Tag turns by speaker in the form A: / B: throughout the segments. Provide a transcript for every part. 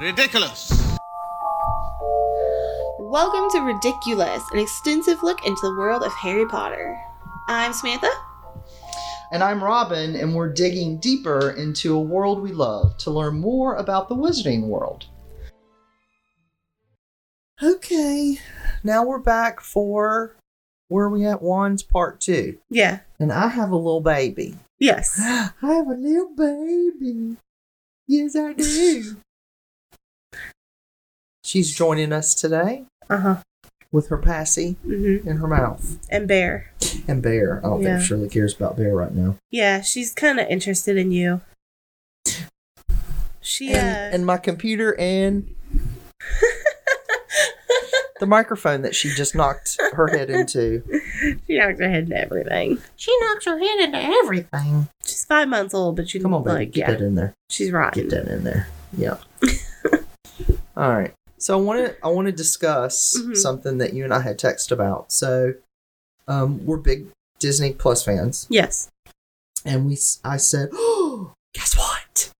A: Ridiculous.
B: Welcome to Ridiculous, an extensive look into the world of Harry Potter. I'm Samantha.
C: And I'm Robin, and we're digging deeper into a world we love to learn more about the Wizarding World. Okay, now we're back for where are we at? Wands Part 2.
B: Yeah.
C: And I have a little baby.
B: Yes.
C: I have a little baby. Yes, I do. She's joining us today
B: Uh huh.
C: with her passy
B: hmm
C: in her mouth.
B: And Bear.
C: And Bear. I don't
B: Yeah.
C: think Shirley cares about Bear right now.
B: Yeah, she's kind of interested in you. She, uh,
C: and, and my computer and the microphone that she just knocked her head into.
B: she knocked her head into everything.
C: She knocks her head into everything.
B: She's five months old, but she's
C: Come on, baby,
B: like,
C: get
B: yeah,
C: that in there.
B: she's rotten.
C: Get that in there. Yeah. All right. So I want to I want to discuss
B: Mhm.
C: something that you and I had text about. So, um, we're big Disney Plus fans,
B: Yes.
C: and we s- I said, guess what?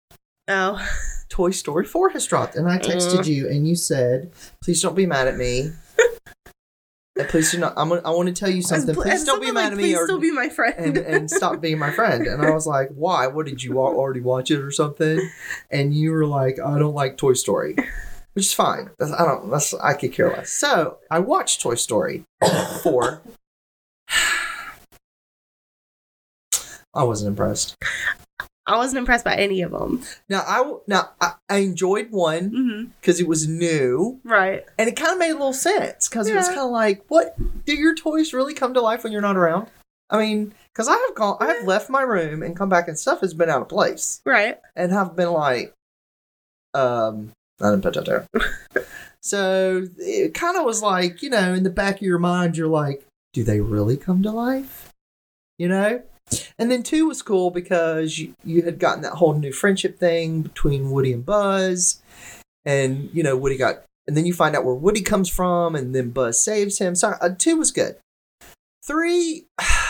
B: Oh.
C: Toy Story 4 has dropped. And I texted
B: Mm.
C: you and you said, please don't be mad at me. And please do not, I'm, gonna- I want to tell you something.
B: And-
C: Please
B: and
C: don't be
B: something
C: mad
B: like,
C: at me
B: Please
C: or,
B: still be my friend.
C: and, and stop being my friend. And I was like, why? What did you al- already watch it or something? And you were like, I don't like Toy Story, which is fine. That's, I don't, that's, I could care less. So I watched Toy Story 4. I wasn't impressed.
B: I wasn't impressed by any of them.
C: Now I w- now I, I enjoyed one
B: Mm-hmm.
C: because it was new
B: Right.
C: and it kind of made a little sense because it was
B: Yeah.
C: kind of like what do your toys really come to life when you're not around i mean because i have gone i have left my room and come back and stuff has been out of place
B: Right.
C: and have been like um i didn't put that there so it kind of was like you know in the back of your mind you're like do they really come to life you know and then two was cool because you, you had gotten that whole new friendship thing between woody and buzz and you know woody got and then you find out where woody comes from and then buzz saves him so uh, two was good three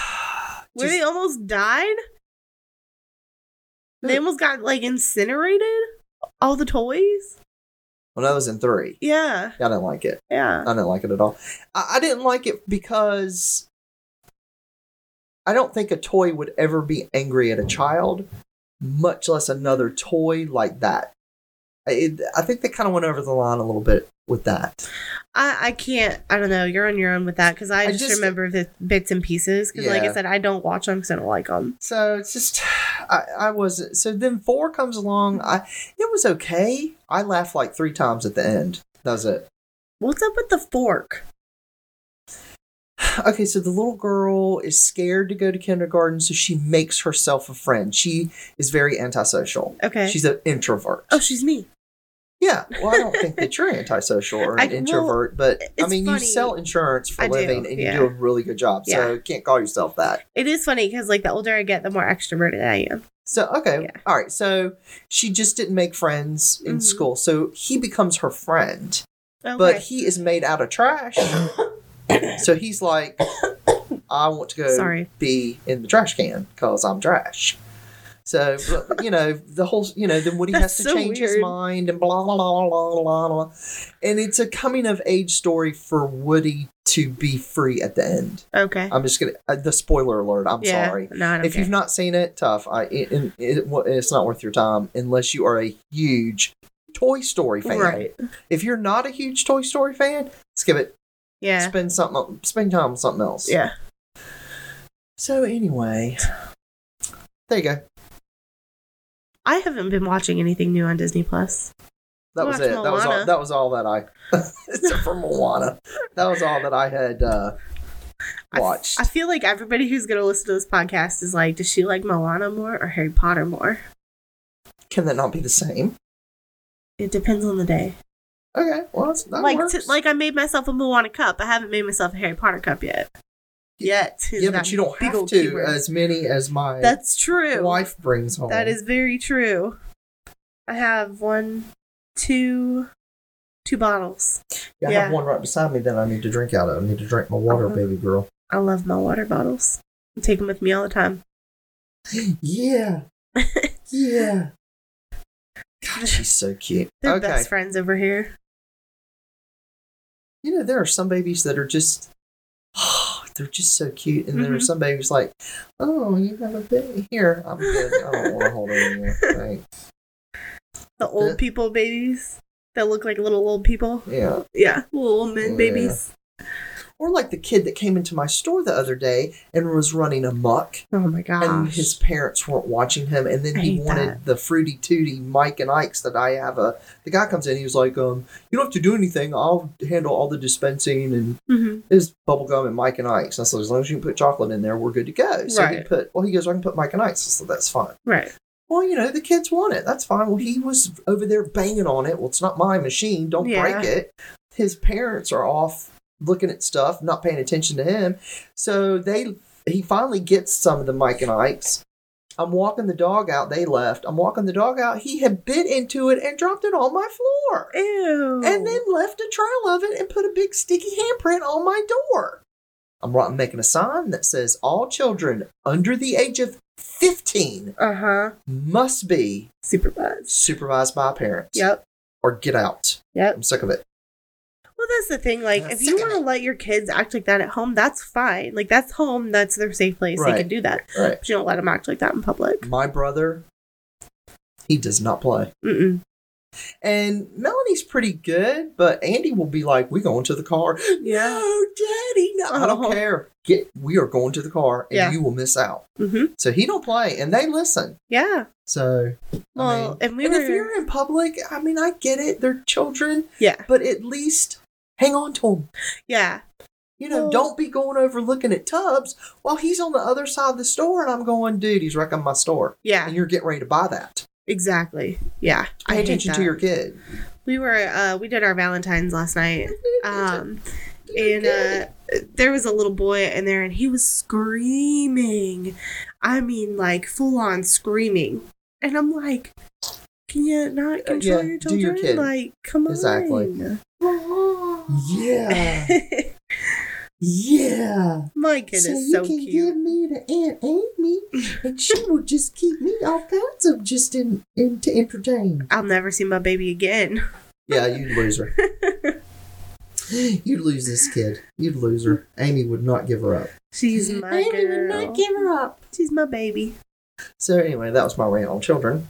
B: Where
C: just-
B: they almost died? They
C: Who?
B: almost got like incinerated? All the toys?
C: well that was in three
B: Yeah.
C: i didn't like it
B: Yeah.
C: I didn't like it at all. I, I didn't like it because I don't think a toy would ever be angry at a child, much less another toy like that. I, it, I think they kind of went over the line a little bit with that.
B: I, I can't. I don't know. You're on your own with that because I,
C: I
B: just,
C: just-
B: remember the bits and pieces. Because, like I
C: Yeah.
B: said, I don't watch them because I don't like them.
C: So it's just I, I wasn't. So then four comes along. I it was okay. I laughed like three times at the end. That was it.
B: What's up with the fork?
C: okay so the little girl is scared to go to kindergarten so she makes herself a friend she is very antisocial
B: Okay.
C: she's an introvert
B: oh, she's me.
C: yeah well i don't think that you're antisocial or an
B: I- well,
C: introvert but i
B: it's
C: mean
B: funny.
C: you sell insurance for
B: I
C: a
B: do,
C: living and
B: yeah.
C: you do a really good job so
B: Yeah.
C: can't call yourself that
B: It is funny because, like, the older I get, the more extroverted I am.
C: so okay
B: Yeah.
C: all right so she just didn't make friends in
B: Mhm.
C: school so he becomes her friend
B: Okay.
C: but he is made out of trash so he's like i want to go
B: Sorry.
C: be in the trash can because I'm trash. So but, you know the whole you know then Woody
B: That's
C: has to
B: so
C: change his
B: weird.
C: mind and blah blah blah blah blah blah, and it's a coming of age story for Woody to be free at the end.
B: Okay.
C: I'm just gonna uh, the spoiler alert. I'm
B: yeah.
C: sorry
B: No, I don't
C: if
B: care.
C: you've not seen it. Tough. I it, it, it- well, it's not worth your time unless you are a huge Toy Story fan.
B: Right.
C: If you're not a huge Toy Story fan, skip it.
B: Yeah.
C: Spend something. Spend time on something else.
B: Yeah.
C: So anyway, there you go.
B: I haven't been watching anything new on Disney Plus.
C: That was
B: Watch
C: it. That was all.
B: Moana.
C: That was all that I. except for Moana, that was all that I had uh,
B: I f-
C: watched.
B: I feel like everybody who's going to listen to this podcast is like, does she like Moana more or Harry Potter more?
C: Can that not be the same?
B: It depends on the day.
C: Okay, well that's, that
B: like,
C: works.
B: t- like I made myself a Moana cup. I haven't made myself a Harry Potter cup yet. Yet.
C: yeah, but you don't
B: Big
C: have
B: old
C: to
B: keywords.
C: as many as my
B: That's true.
C: wife brings home.
B: That is very true. I have one, two, two bottles.
C: Yeah, I
B: yeah.
C: have one right beside me that I need to drink out of. I need to drink my water,
B: Uh-huh.
C: baby girl.
B: I love my water bottles. I take them with me all the time.
C: Yeah, yeah. God, She's so cute.
B: They're
C: okay.
B: best friends over here.
C: You know, there are some babies that are just, they're just so cute. And there are
B: Mhm.
C: some babies like, oh, you have a baby. Here, I'm good. I don't want to hold it anymore. Thanks.
B: The old people babies that look like little old people.
C: Yeah.
B: Yeah, little old men
C: Yeah.
B: babies.
C: Or like the kid that came into my store the other day and was running amok.
B: Oh my gosh.
C: and his parents weren't watching him. And then
B: I
C: he
B: hate
C: wanted
B: that.
C: the fruity tooty Mike and Ike's that I have. A the guy comes in, he was like, um, "You don't have to do anything. I'll handle all the dispensing and
B: hmm
C: his bubble gum and Mike and Ike's." And I said, "As long as you can put chocolate in there, we're good to go." So he
B: Right.
C: put. Well, he goes, "I can put Mike and Ike's." I said, "That's fine."
B: Right.
C: Well, you know, the kids want it. That's fine. Well, he was over there banging on it. Well, it's not my machine. Don't
B: Yeah.
C: break it. His parents are off looking at stuff, not paying attention to him. So they he finally gets some of the Mike and Ike's. I'm walking the dog out. They left. I'm walking the dog out. He had bit into it and dropped it on my floor.
B: Ew.
C: And then left a trail of it and put a big sticky handprint on my door. I'm right- I'm making a sign that says all children under the age of 15
B: Uh huh.
C: must be
B: Super buzz.
C: supervised by parents.
B: Yep.
C: Or get out.
B: Yep.
C: I'm sick of it.
B: Well, that's the thing. Like,
C: Yeah,
B: if you
C: sick of
B: want to
C: it.
B: let your kids act like that at home, that's fine. Like, that's home. That's their safe place.
C: Right.
B: They can do that.
C: All right.
B: But you don't let them act like that in public.
C: My brother, he does not play.
B: Mm-mm.
C: And Melanie's pretty good, but Andy will be like, "We going to the car?"
B: Yeah.
C: No, Daddy, no, I don't
B: Oh.
C: care. Get, we are going to the car, and
B: Yeah.
C: you will miss out.
B: Mm-hmm.
C: So he don't play, and they listen.
B: Yeah.
C: So, I
B: Well,
C: mean,
B: and we
C: and
B: were.
C: if you're in public, I mean, I get it. They're children,
B: yeah.
C: but at least hang on to them.
B: Yeah.
C: You know,
B: Well-
C: don't be going over looking at tubs while he's on the other side of the store, and I'm going, dude, he's wrecking my store,
B: Yeah.
C: and you're getting ready to buy that.
B: Exactly. Yeah.
C: Pay
B: hate
C: attention to
B: that.
C: your kid.
B: We were. Uh, we did our Valentine's last night. Um, and uh, there was a little boy in there, and he was screaming. I mean, like full on screaming. And I'm like, can you not control
C: Uh, yeah,
B: your
C: do
B: children?
C: your kid.
B: Like, come on.
C: Exactly. yeah, yeah.
B: My kid is so cute.
C: me to Aunt Amy, and she will just keep me all kinds of just in, in to entertain.
B: I'll never see my baby again.
C: Yeah, you'd lose her. you'd lose this kid. You'd lose her. Amy would not give her up.
B: She's my girl.
C: give her up.
B: She's my baby.
C: So anyway, that was my rant on children.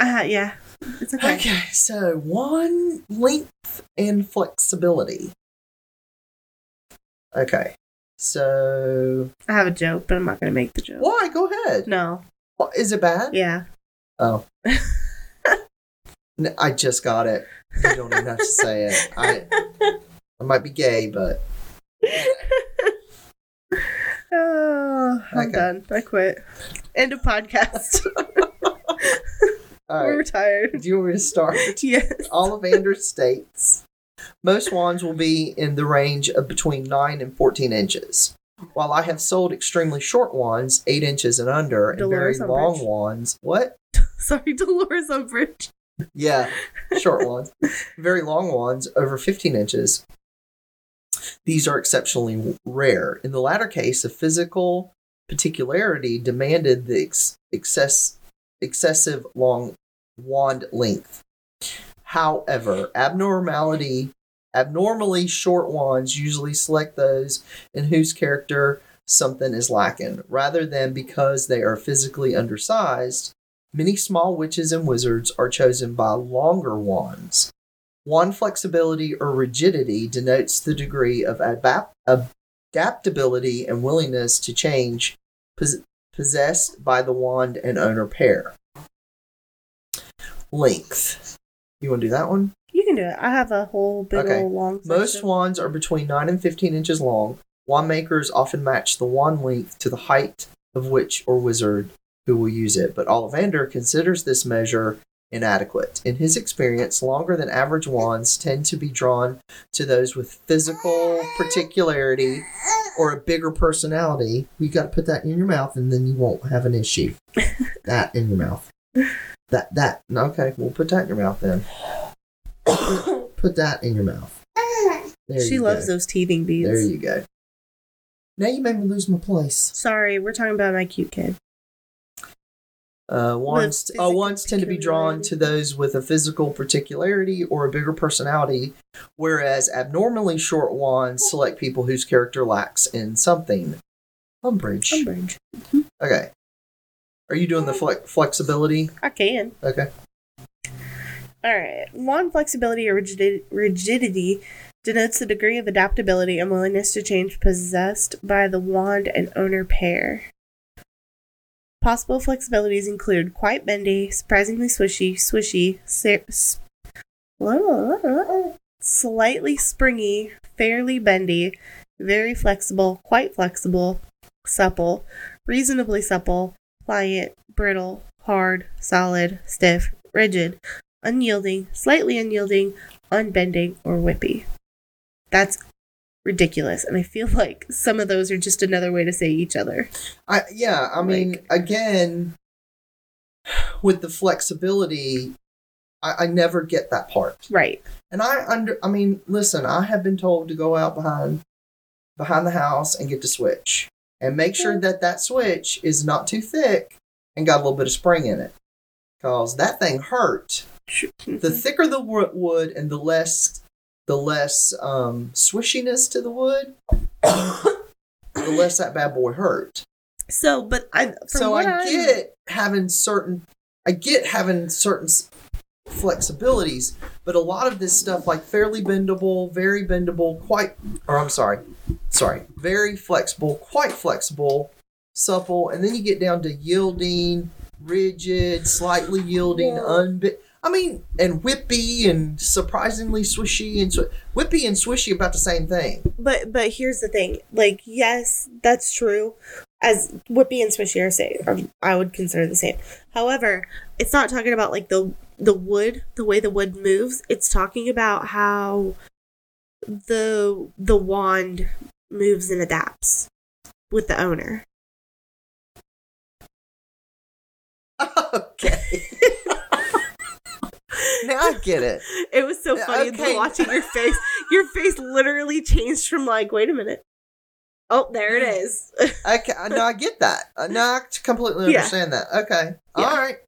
B: Uh, yeah, it's okay.
C: Okay, so one length and flexibility. Okay, so
B: I have a joke, but I'm not gonna make the joke.
C: why? Go ahead.
B: No.
C: Why- Is it bad?
B: Yeah.
C: Oh. N- I just got it. You don't even have to say it. I, I might be gay, but
B: Oh, I'm
C: Okay.
B: done. I quit. End of podcast.
C: all
B: We're
C: right.
B: tired.
C: Do you want me to start?
B: Yes.
C: Ollivander states most wands will be in the range of between 9 and 14 inches. While I have sold extremely short wands, 8 inches and under, and
B: Dolores
C: very
B: Umbridge.
C: long wands. What?
B: Sorry, Dolores Umbridge.
C: Yeah, short ones. Very long ones, over 15 inches. These are exceptionally rare. In the latter case, the physical particularity demanded the ex- excess, excessive long wand length. However, abnormality, abnormally short wands usually select those in whose character something is lacking, rather than because they are physically undersized. Many small witches and wizards are chosen by longer wands. Wand flexibility or rigidity denotes the degree of adap- adaptability and willingness to change pos- possessed by the wand and owner pair. Length. You want to do that one?
B: You can do it. I have a whole big
C: Okay.
B: old long.
C: Most
B: section.
C: wands are between 9 and 15 inches long. Wand makers often match the wand length to the height of witch or wizard who will use it, but Ollivander considers this measure inadequate. In his experience, longer than average wands tend to be drawn to those with physical particularity or a bigger personality. You got to put that in your mouth and then you won't have an issue. that in your mouth. That, that, okay, we'll put that in your mouth then. put that in your mouth. There
B: she
C: you
B: loves
C: go.
B: those teething beads.
C: There you go. Now you made me lose my place.
B: Sorry, we're talking about my cute kid.
C: Uh, wands,
B: With
C: uh,
B: physical
C: wands tend to be drawn to those with a physical particularity or a bigger personality, whereas abnormally short wands select people whose character lacks in something. Umbrage.
B: Umbridge.
C: Okay. Are you doing the fle- flexibility?
B: I can.
C: Okay.
B: All right. Wand flexibility or rigidi- rigidity denotes the degree of adaptability and willingness to change possessed by the wand and owner pair. Possible flexibilities include quite bendy, surprisingly swishy, swishy, sa- s- la- la- la- la- slightly springy, fairly bendy, very flexible, quite flexible, supple, reasonably supple, pliant, brittle, hard, solid, stiff, rigid, unyielding, slightly unyielding, unbending, or whippy. That's ridiculous. And I feel like some of those are just another way to say each other.
C: I yeah, I mean
B: Like-
C: again with the flexibility, I, I never get that part.
B: Right.
C: And I under I mean, listen, I have been told to go out behind behind the house and get the switch. And make sure that that switch is not too thick and got a little bit of spring in it. Cause that thing hurt. The
B: Mm-hmm.
C: thicker the wo- wood and the less the less um swishiness to the wood, the less that bad boy hurt
B: so, but I. From
C: so
B: what
C: I
B: I'm-
C: get having certain, I get having certain s- flexibilities, but a lot of this stuff, like fairly bendable, very bendable, quite, or I'm sorry, sorry, very flexible, quite flexible, supple, and then you get down to yielding, rigid, slightly yielding,
B: Yeah.
C: unbit. I mean, and whippy and surprisingly swishy and sw- whippy and swishy about the same thing.
B: But but here's the thing. Like yes, that's true. As Whippy and Swishy are say, um, I would consider the same. However, it's not talking about like the the wood, the way the wood moves. It's talking about how the the wand moves and adapts with the owner.
C: Okay. now I get it.
B: It was so
C: Yeah,
B: funny
C: okay.
B: watching your face. Your face literally changed from like, wait a minute. Oh, there it
C: Hmm.
B: is.
C: I ca- no, I get that. Uh, No, I c- completely
B: Yeah.
C: understand that. Okay,
B: Yeah.
C: all right.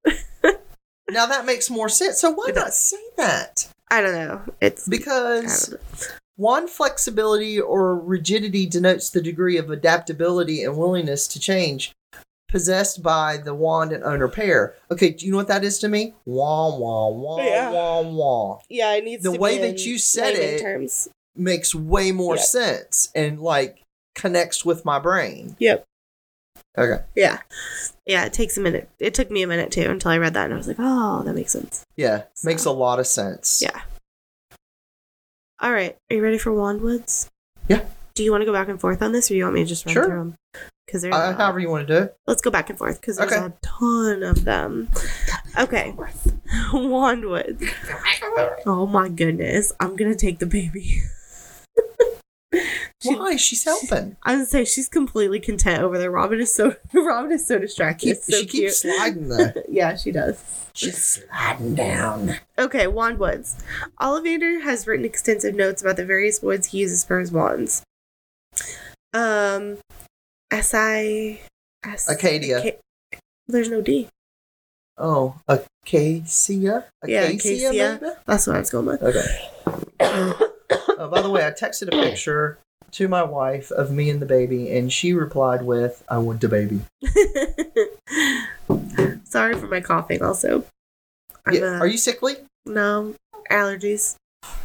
C: now that makes more sense. So why
B: It
C: not say that?
B: I don't know. It's I
C: Because
B: don't know.
C: one flexibility or rigidity denotes the degree of adaptability and willingness to change possessed by the wand and owner pair. Okay, do you know what that is to me? Wah wah wah
B: Yeah.
C: wah wah
B: yeah, it needs
C: the
B: to be
C: way
B: in
C: that you said
B: layman
C: it-
B: Terms.
C: makes way more
B: Yep.
C: sense and like connects with my brain.
B: Yep.
C: Okay.
B: Yeah. Yeah, it takes a minute. It took me a minute too until I read that and I was like, oh, that makes sense.
C: Yeah, makes
B: So-
C: a lot of sense.
B: Yeah. All right. Are you ready for Wandwoods?
C: Yeah.
B: Do you want to go back and forth on this or do you want me to just run
C: Sure.
B: through them? Because there's a
C: Uh,
B: lot.
C: however you want to do it.
B: Let's go back and forth because there's
C: Okay.
B: a ton of them. Okay. Wandwoods. Oh my goodness. I'm going to take the baby. She-
C: Why? She's helping.
B: I would say she's completely content over there. Robin is so Robin is so distracted.
C: Keep,
B: It's so
C: she keeps
B: cute.
C: sliding though.
B: yeah, she does.
C: She's sliding down.
B: Okay, wand woods. Ollivander has written extensive notes about the various woods he uses for his wands. Um, Acai. Ac-
C: Acadia.
B: Aca- There's no D.
C: Oh, acacia.
B: Yeah,
C: Acacia,
B: acacia.
C: maybe?
B: That's what I was going with.
C: Okay. Uh, by the way, I texted a picture to my wife of me and the baby, and she replied with, "I want the baby."
B: Sorry for my coughing, also. I'm
C: Yeah,
B: uh,
C: Are you sickly?
B: No, allergies.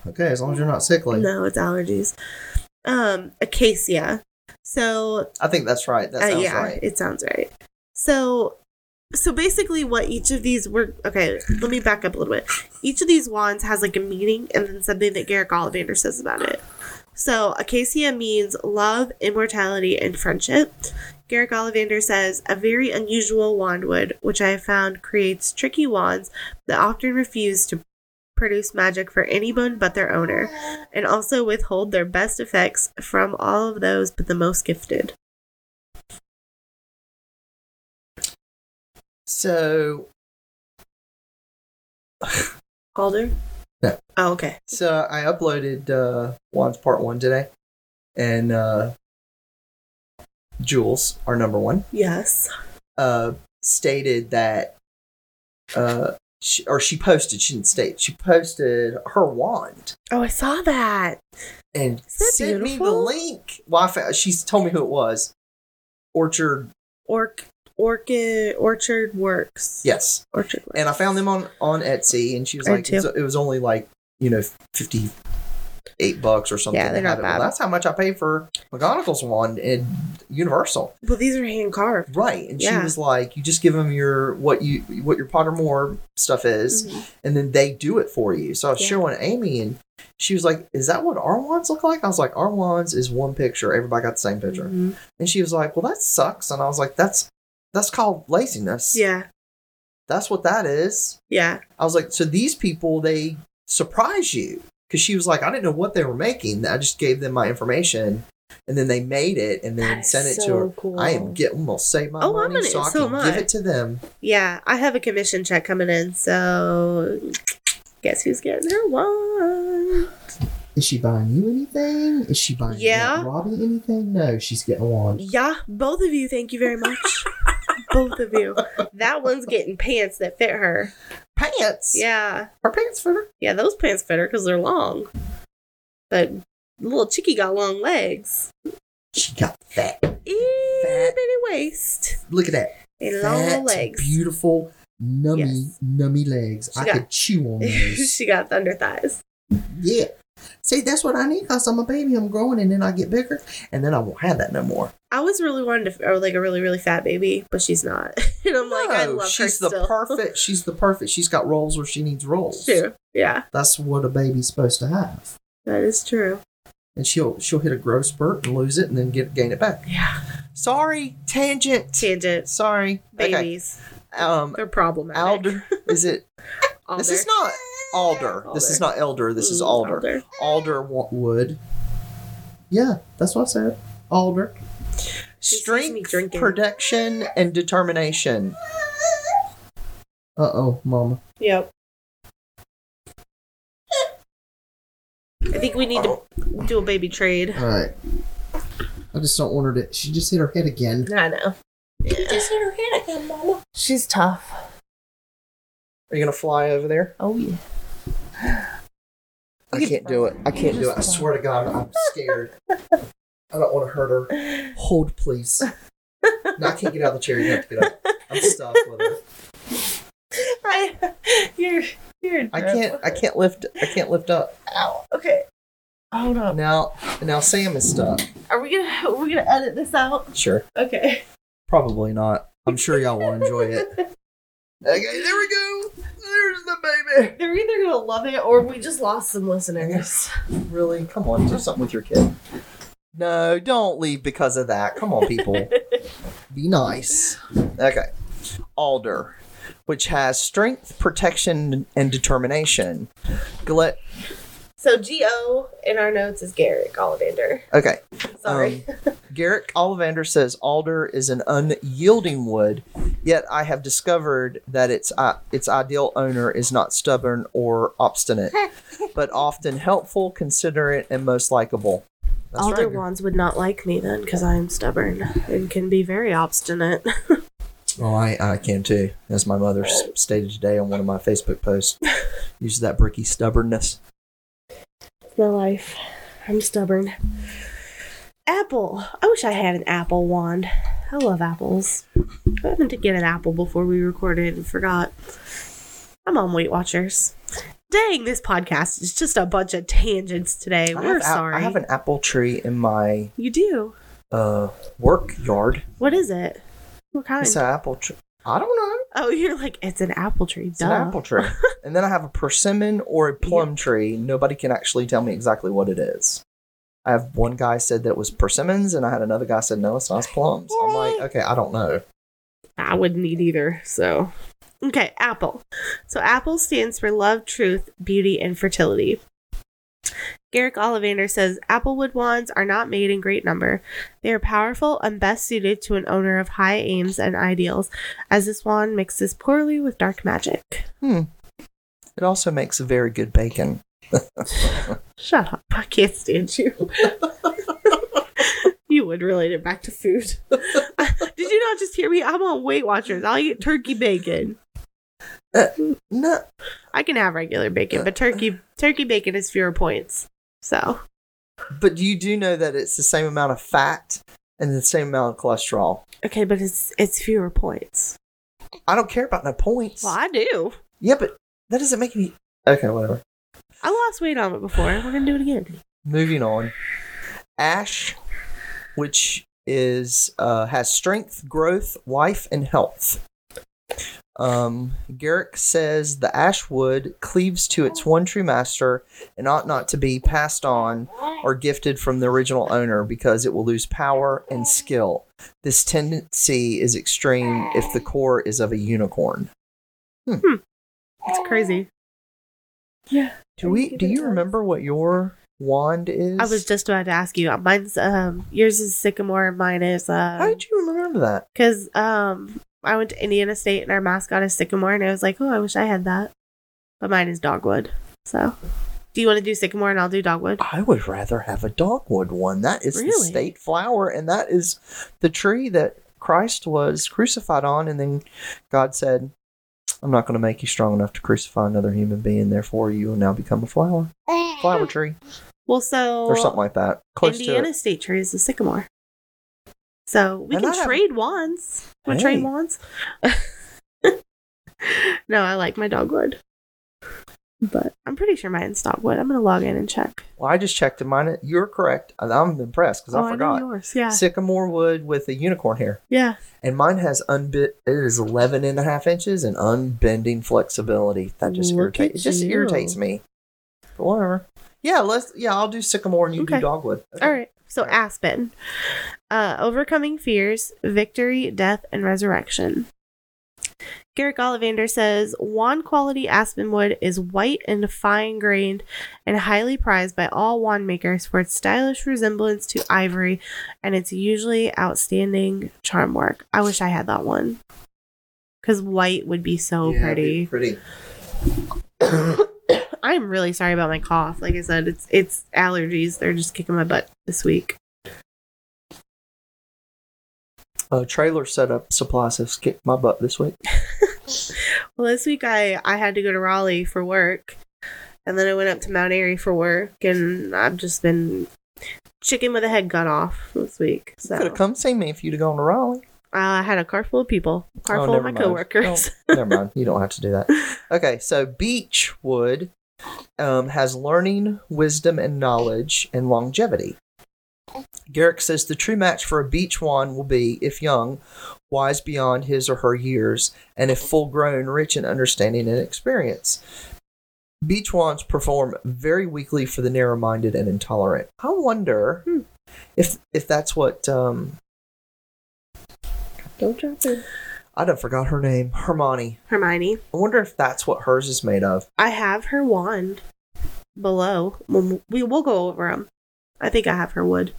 C: Okay, as long as you're not sickly.
B: No, it's allergies. Um, Acacia. So
C: I think that's right. That sounds
B: uh, yeah,
C: right.
B: it sounds right. So, so basically, what each of these were okay. Let me back up a little bit. Each of these wands has like a meaning and then something that Garrick Ollivander says about it. So, acacia means love, immortality, and friendship. Garrick Ollivander says a very unusual wandwood, which I have found creates tricky wands that often refuse to produce magic for anyone but their owner, and also withhold their best effects from all of those but the most gifted.
C: So,
B: Calder?
C: No.
B: Oh, okay.
C: so I uploaded uh, Juan's part one today, and uh, Jules, our number one.
B: Yes.
C: uh, stated that uh, she, or she posted. She didn't state. She posted her wand
B: Oh, I saw that.
C: and
B: that
C: sent me the
B: beautiful?
C: link. Well, I found, she's told me who it was. Orchard.
B: Orc, orchid, orchard works.
C: Yes.
B: orchard works.
C: and I found them on on Etsy, and she was
B: I
C: like,
B: too.
C: it's- it was only like you know fifty eight bucks or something.
B: Yeah, they're
C: to have
B: not
C: it.
B: bad.
C: Well, that's how much I paid for McGonagall's one in Universal,
B: Well, these are hand carved.
C: right? And she
B: Yeah.
C: was like, you just give them your what you what your Pottermore stuff is, and then they do it for you. So I was
B: Mm-hmm. Yeah.
C: showing Amy, and she was like, "Is that what our wands look like?" I was like, "Our wands is one picture. Everybody got the same picture."
B: Mhm.
C: And she was like, "Well, that sucks," and I was like, "That's." That's called laziness.
B: Yeah,
C: That's what that is.
B: yeah,
C: I was like, so these people, they surprise you. Because she was like, I didn't know what they were making. I just gave them my information and then they made it and then
B: That is
C: sent it to
B: so
C: her.
B: cool.
C: I am getting, well, save my
B: Oh, I'm
C: money
B: in it
C: so I
B: so
C: can give it
B: much.
C: to them.
B: yeah. I have a commission check coming in, so guess who's getting her one?
C: Is she buying you anything? Is she buying
B: Yeah.
C: Aunt Robbie anything? No, she's getting one.
B: Yeah, both of you. Thank you very much. both of you. That one's getting pants that fit her.
C: Pants.
B: Yeah,
C: Her pants fit her.
B: yeah. Those pants fit her because they're long. But little chickie got long legs.
C: She got fat.
B: Eee,
C: Fat.
B: bitty waist
C: Look at that.
B: and
C: fat,
B: long legs.
C: beautiful, nummy,
B: Yes.
C: nummy legs.
B: She
C: I
B: got-
C: could chew on those.
B: she got thunder thighs.
C: Yeah. See, that's what I need because I'm a baby. I'm growing and then I get bigger and then I won't have that no more.
B: I was really wanting to, or like a really, really fat baby, but she's not. and I'm like, I love her
C: she's the
B: still.
C: perfect. She's the perfect. She's got rolls where she needs rolls.
B: True. Yeah,
C: That's what a baby's supposed to have.
B: that is true.
C: And she'll she'll hit a growth spurt and lose it and then get gain it back.
B: Yeah.
C: Sorry, tangent.
B: Tangent.
C: Sorry,
B: Babies.
C: Okay. Um,
B: They're problematic.
C: alder. Is it?
B: Alder.
C: This is not alder. This is not elder. This is
B: Mm,
C: alder. Alder wa- wood. Yeah, that's what I said. Alder.
B: sees me
C: Strength,
B: drinking.
C: production, and determination. Uh oh, mama.
B: Yep. I think we need to
C: Oh.
B: do a baby trade.
C: All right. I just don't want her to. She just hit her head again.
B: I know.
A: She's tough.
C: Are you gonna fly over there?
A: Oh yeah.
C: I can't do it. I can't do it. I swear to God, I'm scared. I don't want to hurt her. Hold, please. No, I can't get out of the chair. You have to get up. I'm stuck with her.
A: I, you're you're. a
C: I
A: drip.
C: can't. I can't lift. I can't lift up.
A: Ow. Okay. Hold on.
C: Now, now Sam is stuck.
A: Are we gonna are we gonna edit this out?
C: Sure.
A: Okay.
C: Probably not. I'm sure y'all will enjoy it. Okay, there we go. There's the baby.
A: They're either gonna love it or we just lost some listeners.
C: Really? Come on, do something with your kid. No, don't leave because of that. Come on, people. Be nice. Okay. Alder, which has strength, protection, and determination. Glet.
A: So Go in our notes is Garrick Ollivander.
C: Okay.
A: Sorry.
C: Um, Garrick Ollivander says alder is an unyielding wood, yet I have discovered that its uh, its ideal owner is not stubborn or obstinate, but often helpful, considerate, and most likable. That's
B: Alder
C: right.
B: wands would not like me then because I am stubborn and can be very obstinate.
C: Well, Oh, I, I can too, as my mother s- stated today on one of my Facebook posts. Use that bricky stubbornness.
B: my life. I'm stubborn. Apple. I wish I had an apple wand. I love apples. I happened to get an apple before we recorded and forgot. I'm on Weight Watchers. Dang, this podcast is just a bunch of tangents today.
C: I
B: We're
C: have a-
B: sorry.
C: I have an apple tree in my
B: you do.
C: uh, work yard.
B: What is it? What kind?
C: It's an apple tree. I don't know.
B: oh, you're like it's an apple tree.
C: It's
B: Duh.
C: an apple tree. and then I have a persimmon or a plum tree. Nobody can actually tell me exactly what it is. I have one guy said that it was persimmons, and I had another guy said no, it's not it's plums. I'm like, okay, I don't know.
B: I wouldn't eat either. So, okay, apple. So, apple stands for love, truth, beauty, and fertility. Garrick Ollivander says applewood wands are not made in great number. They are powerful and best suited to an owner of high aims and ideals, as this wand mixes poorly with dark magic.
C: It also makes a very good bacon.
B: Shut up. I can't stand you. you would relate it back to food. Did you not just hear me? I'm on Weight Watchers. I'll eat turkey bacon.
C: Uh, no,
B: I can have regular bacon, but turkey turkey bacon is fewer points. So
C: but you do know that it's the same amount of fat and the same amount of cholesterol.
B: okay, but it's it's fewer points.
C: I don't care about no points.
B: Well, I do.
C: Yeah, but that doesn't make any. Okay, whatever.
B: I lost weight on it before. We're gonna do it again.
C: Moving on. Ash, which is uh, has strength, growth, life, and health. Um, Garrick says the ash wood cleaves to its one true master and ought not to be passed on or gifted from the original owner because it will lose power and skill. This tendency is extreme if the core is of a unicorn.
B: It's crazy.
A: Yeah.
C: Do we? Do you remember what your wand is?
B: I was just about to ask you. Mine's um yours is sycamore and mine is
C: How
B: uh
C: did you remember that?
B: because um I went to Indiana State and our mascot is sycamore and I was like, oh, I wish I had that, but mine is dogwood. So, do you want to do sycamore and I'll do dogwood?
C: I would rather have a dogwood one. That is the
B: Really?
C: state flower, and that is the tree that Christ was crucified on. And then God said, I'm not going to make you strong enough to crucify another human being. Therefore, you will now become a flower, flower tree,
B: Well, so
C: or something like that. Close
B: Indiana
C: to it.
B: State tree is a sycamore. So we
C: And I
B: can
C: have-
B: trade wands. Want to
C: Hey.
B: trade wands? no, I like my dogwood. But I'm pretty sure mine's dogwood. I'm gonna log in and check.
C: Well, I just checked and mine. You're correct. and I'm impressed because
B: oh,
C: I
B: I
C: forgot.
B: know yours. Yeah,
C: Sycamore wood with a unicorn hair.
B: yeah.
C: And mine has unbit. It is 11 and a half inches and unbending flexibility. That just
B: Look at
C: irritates. It just
B: you.
C: irritates me. But whatever. Yeah, let's. Yeah, I'll do sycamore and you do
B: Okay.
C: dogwood. Okay.
B: All right. So Aspen, uh, overcoming fears, victory, death, and resurrection. Garrick Ollivander says wand quality aspen wood is white and fine grained, and highly prized by all wand makers for its stylish resemblance to ivory, and its usually outstanding charm work. I wish I had that one, because white would be so
C: Yeah,
B: Oh, pretty.
C: Pretty.
B: I'm really sorry about my cough. Like I said, it's it's allergies. They're just kicking my butt this week.
C: Uh, trailer setup supplies have kicked my butt this week.
B: Well, this week I I had to go to Raleigh for work, and then I went up to Mount Airy for work, and I've just been chicken with a head cut off this week. So Uh,
C: Could have come see me if you'd have gone to Raleigh.
B: I had a car full of people, a car
C: Oh,
B: full of my
C: never mind.
B: coworkers.
C: Don't- never mind. You don't have to do that. Okay, so beechwood um, has learning, wisdom, and knowledge, and longevity. Garrick says the true match for a beech wand will be, if young, wise beyond his or her years, and if full grown, rich in understanding and experience. Beech wands perform very weakly for the narrow minded and intolerant. I wonder
B: Hmm.
C: if if that's what um,
A: Don't drop it.
C: I done forgot her name, Hermione.
B: Hermione,
C: I wonder if that's what hers is made of.
B: I have her wand below. We'll, we will go over them. I think I have her wood,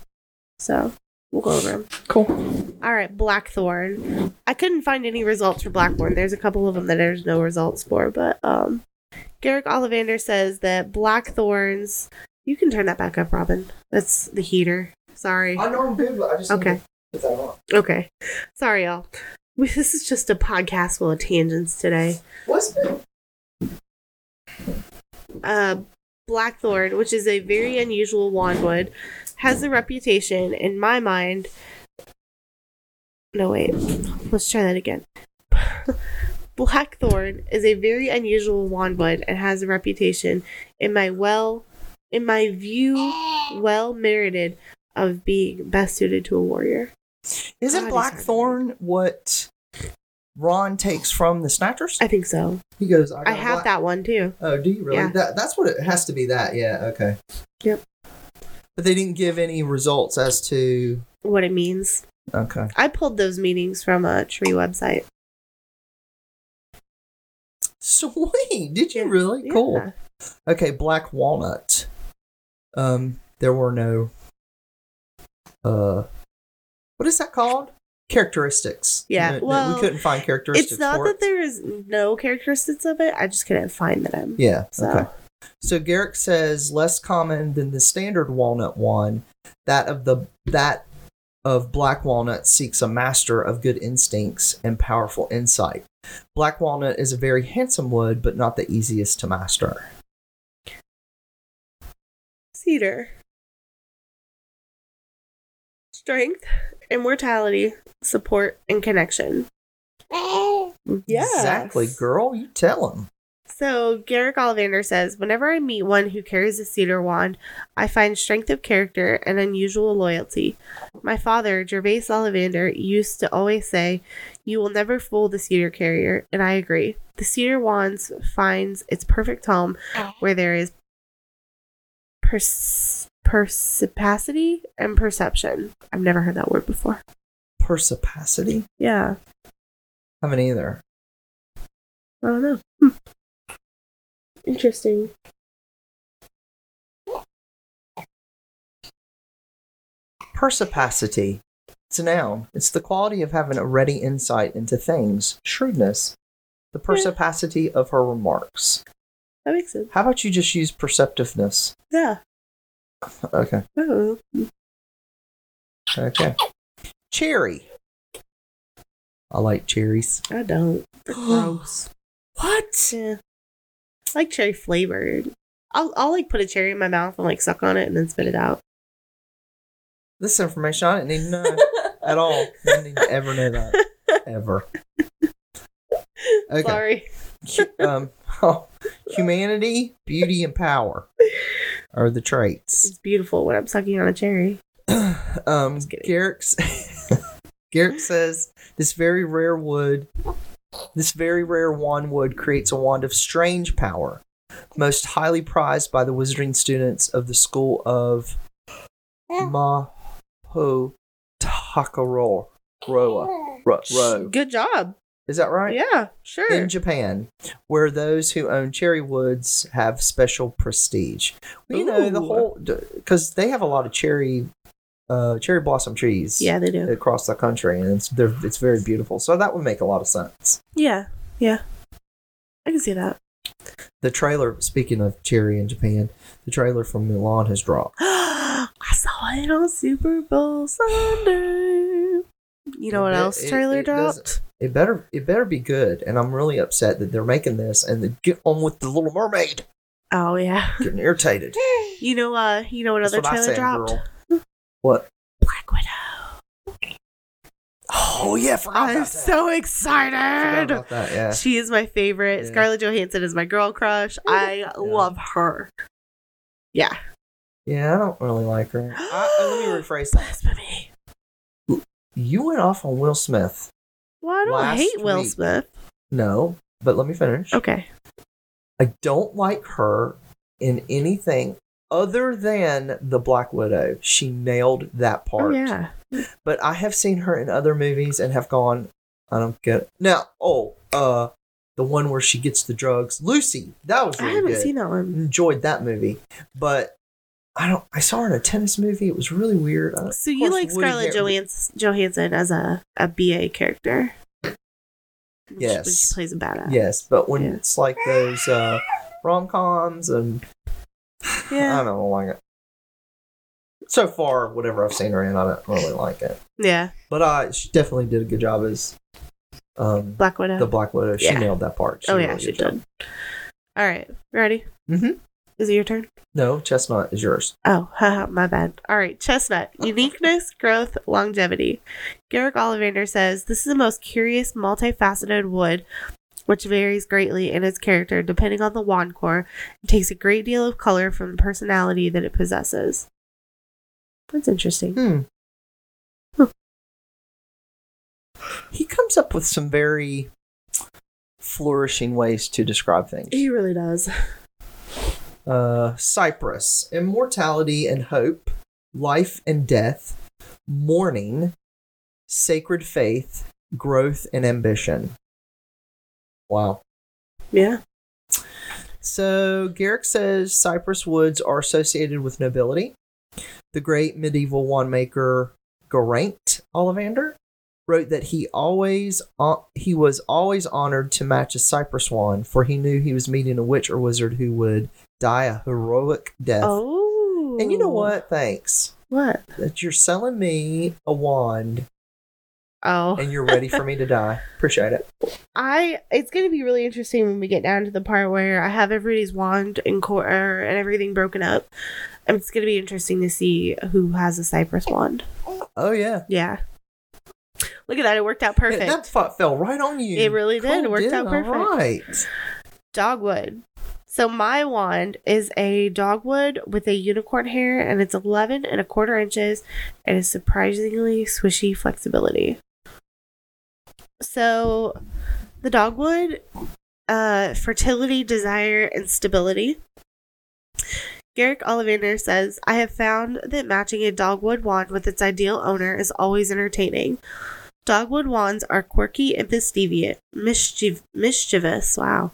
B: so we'll go over them.
C: Cool.
B: All right, Blackthorn. I couldn't find any results for Blackthorn. There's a couple of them that there's no results for, but um, Garrick Ollivander says that Blackthorns. You can turn that back up, Robin. That's the heater. Sorry.
C: I know I'm good, but I just
B: Okay.
C: need to put that on.
B: Okay. Sorry, y'all. We- This is just a podcast full of tangents today.
C: What's it?
B: uh, Blackthorn, which is a very unusual wandwood, has the reputation, in my mind. No, wait. Let's try that again. Blackthorn is a very unusual wandwood and has a reputation, in my well, in my view, well merited, of being best suited to a warrior.
C: Isn't
B: God,
C: Blackthorn what Ron takes from the Snatchers?
B: I think so.
C: He goes, I,
B: I have that one too.
C: that. Oh, do you really?
B: Yeah.
C: That, that's what it has to be. That, yeah, okay.
B: Yep.
C: But they didn't give any results as to.
B: What it means.
C: Okay.
B: I pulled those meanings from a tree website.
C: Sweet. Did you
B: Yeah.
C: really?
B: Yeah.
C: Cool. Okay, black walnut. Um, there were no. Uh, what is that called? Characteristics.
B: Yeah,
C: No- no,
B: well,
C: we couldn't find characteristics.
B: It's not
C: for
B: that
C: it.
B: there is no characteristics of it. I just couldn't find them.
C: Yeah.
B: So
C: Okay. So Garrick says less common than the standard walnut one, that of the that of black walnut seeks a master of good instincts and powerful insight. Black walnut is a very handsome wood, but not the easiest to master.
B: Cedar. Strength, immortality, support, and connection. Yeah.
C: Exactly, girl. You tell him.
B: So Garrick Ollivander says, Whenever I meet one who carries a cedar wand, I find strength of character and unusual loyalty. My father, Gervase Ollivander, used to always say, You will never fool the cedar carrier, and I agree. The cedar wand finds its perfect home where there is pers- perspicacity and perception. I've never heard that word before.
C: Persipacity.
B: Yeah.
C: Haven't either.
B: I don't know. Hmm. Interesting.
C: Persipacity. It's a noun. It's the quality of having a ready insight into things. Shrewdness. The persipacity of her remarks.
B: That makes sense.
C: How about you just use perceptiveness?
B: Yeah.
C: Okay.
B: Oh.
C: Okay. Cherry. I like cherries.
B: I don't. They're gross.
C: What?
B: Yeah. I like cherry flavored. I'll, I'll like put a cherry in my mouth and like suck on it and then spit it out.
C: This information I didn't need to know at all. I didn't need to ever know that. Ever. Okay.
B: Sorry.
C: Hu- Um, humanity, beauty, and power are the traits.
B: It's beautiful when I'm sucking on a cherry.
C: um,
B: Just kidding.
C: Garrick, s- Garrick says this very rare wood, this very rare wand wood creates a wand of strange power, most highly prized by the wizarding students of the school of Maho Takaro. Roa. Ro- Ro.
B: Good job.
C: Is that right?
B: Yeah, sure.
C: in Japan, where those who own cherry woods have special prestige. Well, you know the
B: Ooh.
C: whole because they have a lot of cherry, uh, cherry blossom trees.
B: yeah, they do.
C: across the country, and it's they're, it's very beautiful. So that would make a lot of sense.
B: Yeah, yeah. I can see that.
C: The trailer, speaking of cherry in Japan, the trailer from Milan has dropped.
B: I saw it on Super Bowl Sunday. You know what
C: It be-
B: else
C: it-
B: trailer
C: it
B: dropped?
C: doesn't- It better it better be good, and I'm really upset that they're making this. And the, get on with the Little Mermaid.
B: Oh yeah.
C: Getting irritated.
B: You know uh you know what
C: That's
B: other
C: what I
B: trailer
C: said,
B: dropped?
C: girl. What?
B: Black Widow.
C: Oh yeah, I forgot
B: I'm
C: about that.
B: so
C: Forgot
B: excited.
C: about that, yeah.
B: She is my favorite.
C: Yeah.
B: Scarlett Johansson is my girl crush. I love her. Yeah.
C: Yeah, I don't really like her. I, uh, let me rephrase that.
B: Blasphemy.
C: You went off on Will Smith.
B: Well, I don't
C: Last
B: hate Will
C: week.
B: Smith.
C: No, but let me finish.
B: Okay.
C: I don't like her in anything other than the Black Widow. She nailed that
B: Oh,
C: part.
B: yeah.
C: But I have seen her in other movies and have gone, I don't get it. Now, oh, uh, the one where she gets the drugs. Lucy. That was
B: I
C: really
B: haven't
C: good.
B: seen that one.
C: Enjoyed that movie. But I don't I saw her in a tennis movie. It was really weird. Uh, I-
B: So
C: of
B: you
C: course,
B: like
C: Woody
B: Scarlett
C: Har-
B: Johans- Johansson as a, a BA character? When she- When
C: Yes.
B: she plays a badass.
C: Yes, but when
B: Yeah.
C: it's like those uh, rom coms and I
B: Yeah.
C: don't know, I don't like it. So far, whatever I've seen her in, I don't really like it.
B: Yeah.
C: But uh, she definitely did a good job as um,
B: Black Widow.
C: the Black Widow. She
B: Yeah.
C: nailed that part.
B: oh,
C: really
B: yeah. She
C: good job.
B: did. All right. Ready?
C: Mhm.
B: Is it your turn?
C: No, Chestnut is yours.
B: Oh, haha, my bad. All right, chestnut. Uniqueness, growth, longevity. Garrick Ollivander says this is the most curious, multifaceted wood, which varies greatly in its character depending on the wand core and takes a great deal of color from the personality that it possesses. That's interesting.
C: Hmm.
B: Huh.
C: He comes up with some very flourishing ways to describe things.
B: He really does.
C: uh, Cyprus, immortality and hope, life and death, mourning, sacred faith, growth and ambition. Wow.
B: Yeah.
C: So Garrick says cypress woods are associated with nobility. The great medieval wand maker Geraint Ollivander wrote that he always uh, he was always honored to match a cypress wand, for he knew he was meeting a witch or wizard who would die a heroic death.
B: Oh.
C: And you know what? Thanks
B: What?
C: that you're selling me a wand.
B: Oh,
C: and you're ready for me to die. Appreciate it.
B: I it's gonna be really interesting when we get down to the part where I have everybody's wand and core and everything broken up. And it's gonna be interesting to see who has a cypress wand.
C: Oh yeah.
B: Yeah. Look at that! It worked out
C: Yeah,
B: perfect.
C: that thought fell right on you.
B: It really did. It worked out perfect.
C: Right.
B: Dogwood. So my wand is a dogwood with a unicorn hair, and it's eleven and a quarter inches, and is surprisingly swishy flexibility. So, the dogwood, uh, fertility, desire, and stability. Garrick Ollivander says, I have found that matching a dogwood wand with its ideal owner is always entertaining. Dogwood wands are quirky and mischievous. Mischief, mischievous, wow.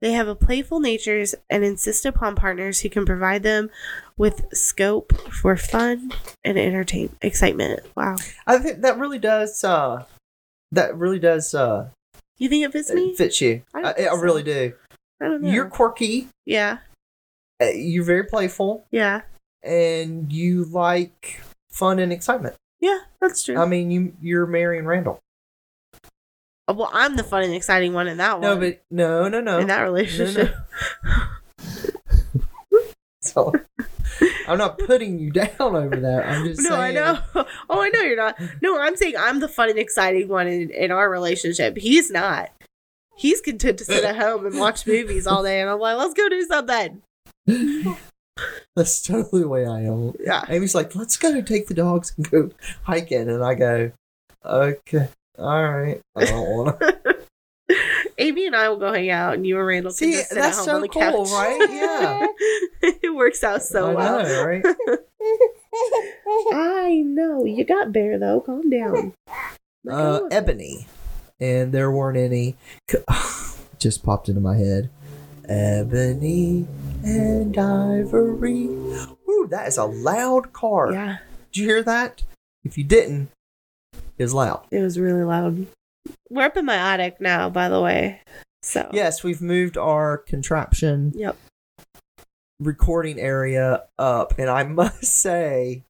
B: They have a playful natures and insist upon partners who can provide them with scope for fun and entertain excitement. Wow.
C: I think that really does. uh That really does. uh
B: You think it fits me?
C: it fits you.
B: I
C: I,
B: don't
C: I,
B: think so.
C: really do.
B: I don't know.
C: You're quirky.
B: yeah,
C: uh, You're very playful,
B: yeah,
C: and you like fun and excitement.
B: yeah. That's true.
C: I mean, you you're marrying Randall.
B: Oh, well, I'm the fun and exciting one in that
C: No,
B: one.
C: but no, no, no.
B: in that relationship.
C: So, I'm not putting you down over that. I'm just
B: No, I
C: saying.
B: know. Oh, I know you're not. No, I'm saying I'm the fun and exciting one in, in our relationship. He's not. He's content to sit at home and watch movies all day, and I'm like, let's go do something.
C: That's totally the way I am.
B: Yeah.
C: Amy's like, let's go take the dogs and go hiking. And I go, okay, all right. I don't want to.
B: Amy and I will go hang out, and you and Randall
C: See,
B: can just sit
C: that's
B: at home
C: so
B: on the
C: cool,
B: couch.
C: right? Yeah.
B: it works out so
C: I
B: well.
C: know, right?
B: I know. You got bear though. Calm down. Let go
C: Uh,
B: of it.
C: ebony. And there weren't any. Just popped into my head. Ebony and ivory. Ooh, that is a loud card.
B: Yeah,
C: Did you hear that? If you didn't, it was loud.
B: it was really loud. We're up in my attic now, by the way. So
C: Yes, we've moved our contraption
B: Yep.
C: recording area up, and I must say,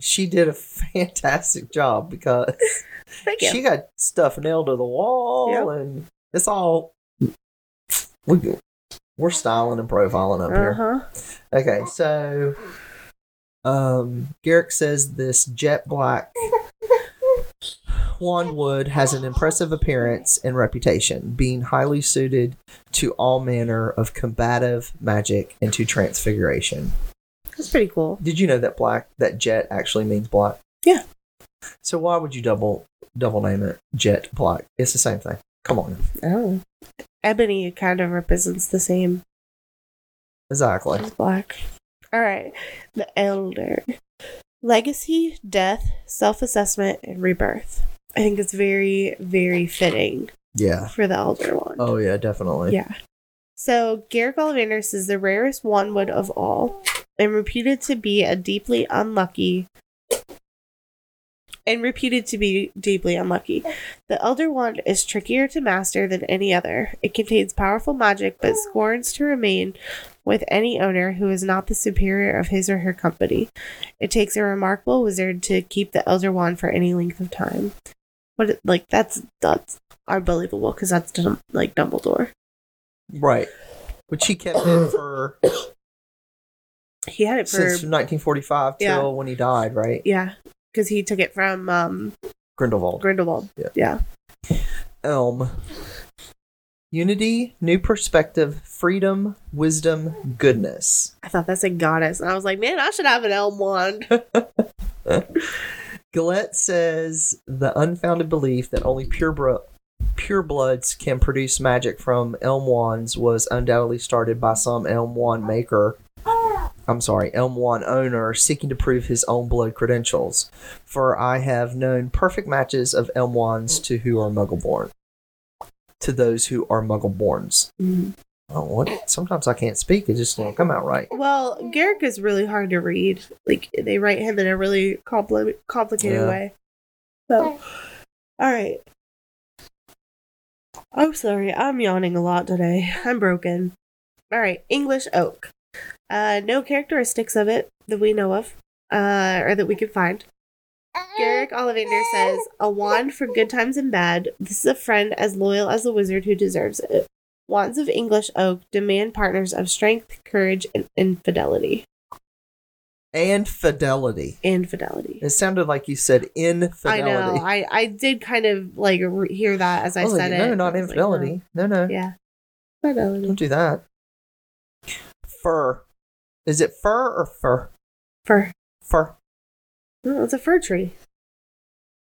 C: she did a fantastic job because
B: thank you.
C: she got stuff nailed to the wall,
B: Yep.
C: and it's all we go- we're styling and profiling up
B: Uh
C: here.
B: huh.
C: Okay, so um, Garrick says this jet black wandwood has an impressive appearance and reputation, being highly suited to all manner of combative magic and to transfiguration.
B: That's pretty cool.
C: Did you know that black that jet actually means black?
B: Yeah.
C: So why would you double double name it jet black? It's the same thing. Come on,
B: Oh, ebony kind of represents the same
C: exactly.
B: as black. All right, the elder legacy, death, self assessment, and rebirth. I think it's very, very fitting
C: Yeah.
B: for the elder one.
C: Oh yeah, definitely.
B: Yeah. So, Garrick Ollivanders is the rarest wandwood of all and reputed to be a deeply unlucky. And reputed to be deeply unlucky. The Elder Wand is trickier to master than any other. It contains powerful magic, but scorns to remain with any owner who is not the superior of his or her company. It takes a remarkable wizard to keep the Elder Wand for any length of time. But, like, that's that's unbelievable because that's Dum- like Dumbledore.
C: Right. But she kept it for
B: He had it for
C: since 1945
B: Yeah.
C: till when he died, right?
B: yeah, because he took it from um,
C: Grindelwald.
B: Grindelwald.
C: Elm. Unity, new perspective, freedom, wisdom, goodness.
B: I thought that's a goddess, and I was like, man, I should have an elm wand.
C: Gillette says the unfounded belief that only pure bro- purebloods can produce magic from elm wands was undoubtedly started by some elm wand maker. I'm sorry, elm wand owner seeking to prove his own blood credentials. For I have known perfect matches of elm wands to who are muggle born. To those who are muggle borns. Oh, what? Sometimes I can't speak. It just don't come out right.
B: Well, Garrick is really hard to read. Like they write him in a really compli- complicated
C: Yeah.
B: way. So, all right. I'm sorry, I'm yawning a lot today. I'm broken. All right, English oak. Uh, no characteristics of it that we know of, uh, or that we can find. Garrick Ollivander says, A wand for good times and bad. This is a friend as loyal as the wizard who deserves it. Wands of English oak demand partners of strength, courage, and infidelity.
C: and fidelity.
B: Infidelity.
C: It sounded like you said infidelity.
B: I know. I, I did kind of like re- hear that as I
C: I was
B: said
C: like,
B: it.
C: Oh, no,
B: I
C: not
B: was like,
C: infidelity. no, no,
B: no. Yeah. Fidelity.
C: don't do that. Fur. Is it fur or fur?
B: Fur.
C: Fur.
B: Oh, it's a fir tree.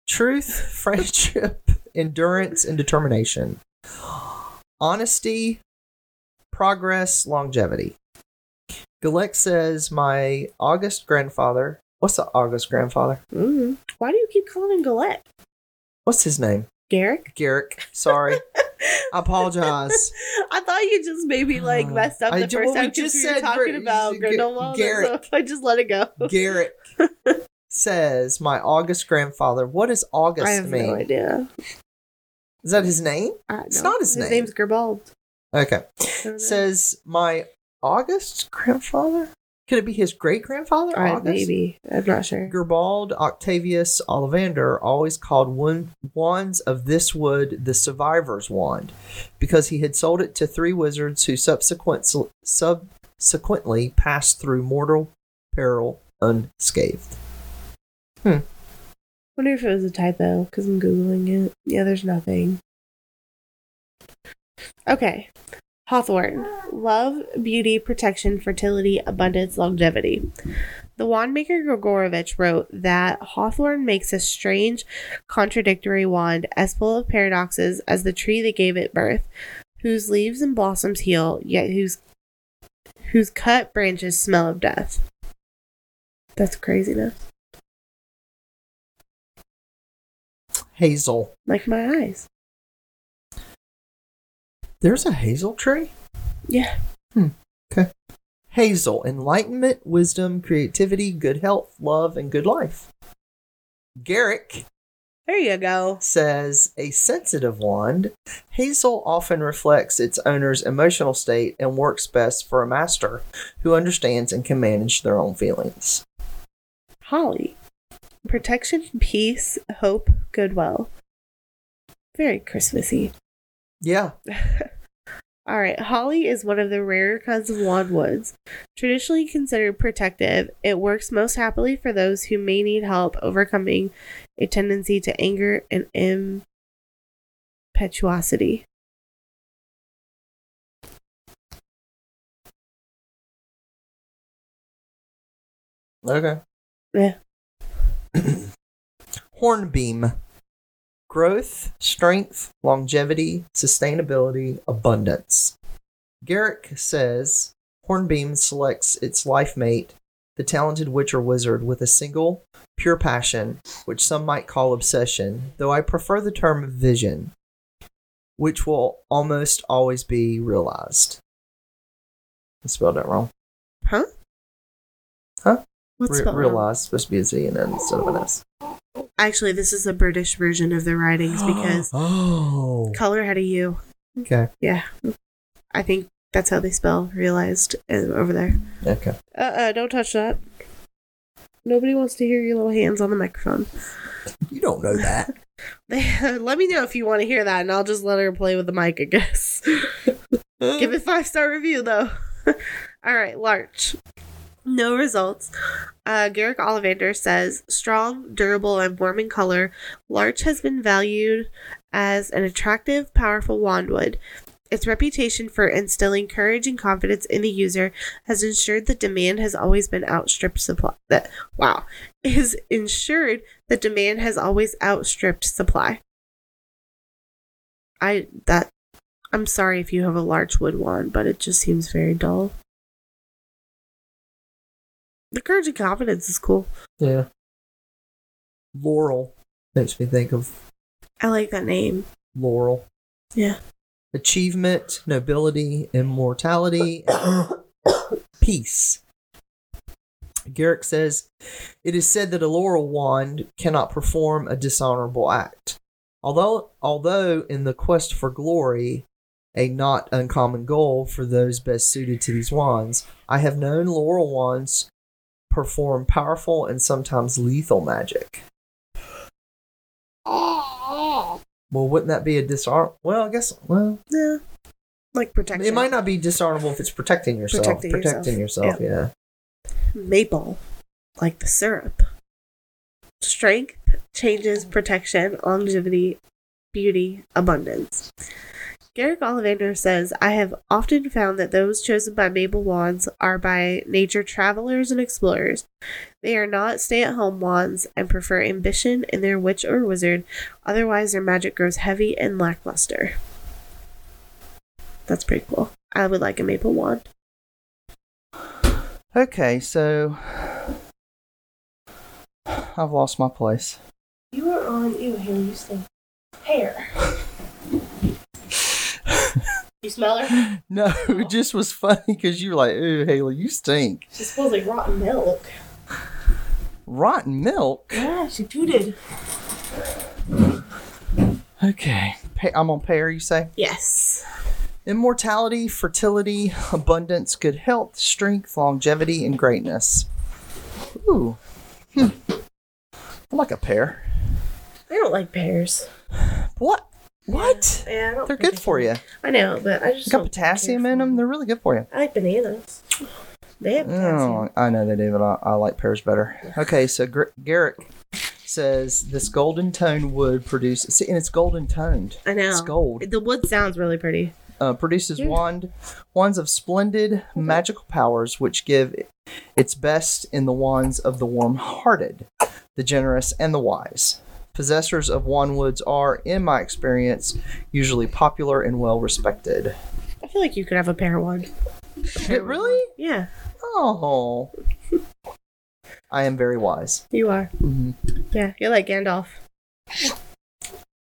C: Truth, friendship, endurance, and determination. Honesty, progress, longevity. Galek says, My August grandfather. What's the August grandfather?
B: Mm. Why do you keep calling him Gillette?
C: What's his name?
B: Garrick?
C: Garrick. Sorry. I apologize.
B: I thought you just maybe like
C: Uh,
B: messed up
C: I
B: the
C: ju-
B: first
C: well, we
B: time because
C: just
B: we were
C: said
B: talking
C: Gar-
B: about
C: Gar-
B: Granola.
C: Garrick.
B: So I just let it go.
C: Garrick says, My August grandfather. What does August
B: I have
C: mean?
B: no idea.
C: Is that his name?
B: I
C: It's
B: know.
C: not his name.
B: name's Gerbald.
C: Okay.
B: I don't know.
C: Says, My August grandfather? Could it be his great grandfather?
B: All right,
C: August?
B: maybe. I'm not sure.
C: Gerbald, Octavius, Ollivander, always called one, Wands of this wood the Survivor's Wand, because he had sold it to three wizards who subsequent, subsequently passed through mortal peril unscathed.
B: wonder if it was a typo because I'm Googling it. Yeah, there's nothing. Okay. Hawthorne. Love, beauty, protection, fertility, abundance, longevity. The wandmaker Grigorovich wrote that Hawthorne makes a strange, contradictory wand as full of paradoxes as the tree that gave it birth, whose leaves and blossoms heal, yet whose whose cut branches smell of death. That's craziness.
C: Hazel.
B: Like my eyes.
C: There's a hazel tree?
B: Yeah.
C: Hmm. Okay. Hazel. Enlightenment, wisdom, creativity, good health, love, and good life. Garrick.
B: There you go.
C: says a sensitive wand, hazel often reflects its owner's emotional state and works best for a master who understands and can manage their own feelings.
B: Holly. Protection, peace, hope, goodwill. Very Christmassy.
C: Yeah,
B: All right, holly is one of the rarer kinds of wandwoods. Traditionally considered protective, it works most happily for those who may need help overcoming a tendency to anger and impetuosity.
C: okay.
B: Yeah.
C: Hornbeam. Growth, strength, longevity, sustainability, abundance. Garrick says Hornbeam selects its life mate, the talented witch or wizard, with a single, pure passion, which some might call obsession, though I prefer the term vision, which will almost always be realized. I spelled that wrong.
B: Huh?
C: Huh?
B: What's
C: Re-
B: spelled wrong?
C: realized supposed to be a Z and then instead of an S.
B: Actually, this is the British version of the writings because
C: oh
B: color had a U.
C: okay
B: Yeah. I think that's how they spell realized uh, over there.
C: okay
B: Uh uh-uh, don't touch that. Nobody wants to hear your little hands on the microphone.
C: you don't know that
B: let me know if you want to hear that, and I'll just let her play with the mic, I guess. Give it five star review though. All right, Larch. No results. Uh, Garrick Ollivander says strong, durable, and warm in color. Larch has been valued as an attractive, powerful wandwood. Its reputation for instilling courage and confidence in the user has ensured that demand has always been outstripped supply. That wow is ensured that demand has always outstripped supply. I that I'm sorry if you have a large wood wand, but it just seems very dull. The courage and confidence is cool.
C: yeah laurel makes me think of
B: I like that name.
C: laurel
B: Yeah.
C: achievement nobility immortality and peace garrick says it is said that a laurel wand cannot perform a dishonorable act although although in the quest for glory a not uncommon goal for those best suited to these wands i have known laurel wands perform powerful and sometimes lethal magic Well, wouldn't that be a dishonor? Well, I guess. Well,
B: Yeah. Like protection.
C: it might not be dishonorable if it's protecting yourself.
B: Protecting
C: Protecting,
B: yourself.
C: yourself. Yeah.
B: maple, like the syrup. Strength changes protection, longevity, beauty, abundance. Garrick Ollivander says, I have often found that those chosen by maple wands are by nature travelers and explorers. They are not stay at home wands and prefer ambition in their witch or wizard, otherwise, their magic grows heavy and lackluster. That's pretty cool. I would like a maple wand.
C: Okay, so I've lost my place.
A: You are on. Ew, Haley, you stink. Hair. you smell her?
C: No, it just was funny because you were like, "Ooh, Haley, you stink."
A: She smells like rotten milk.
C: Rotten milk.
A: Yeah, she pooted.
C: Okay, pa- I'm on pair. You say
A: Yes.
C: immortality, fertility, abundance, good health, strength, longevity, and greatness. Ooh, hmm. I like a pair.
A: I don't like pears.
C: What? What?
A: Yeah, I don't
C: They're
A: think
C: good
A: I
C: for
A: can-
C: you.
A: I know, but I just
C: They got
A: don't
C: potassium
A: care
C: in
A: for
C: them. They're really good for you.
A: I like bananas. They have potassium.
C: Oh, I know they do, but I, I like pears better. Okay, so Gr- Garrick says this golden tone would produce, see, and it's golden toned.
B: I know.
C: It's gold.
B: The wood sounds really pretty.
C: Uh, produces
A: Yeah.
C: wand, wands of splendid magical powers, which give i- its best in the wands of the warm-hearted, the generous, and the wise. Possessors of wand woods are, in my experience, usually popular and well respected.
B: I feel like you could have a pair one.
C: Really?
B: Yeah,
C: Oh. I am very wise.
B: you are. Yeah, you're like Gandalf.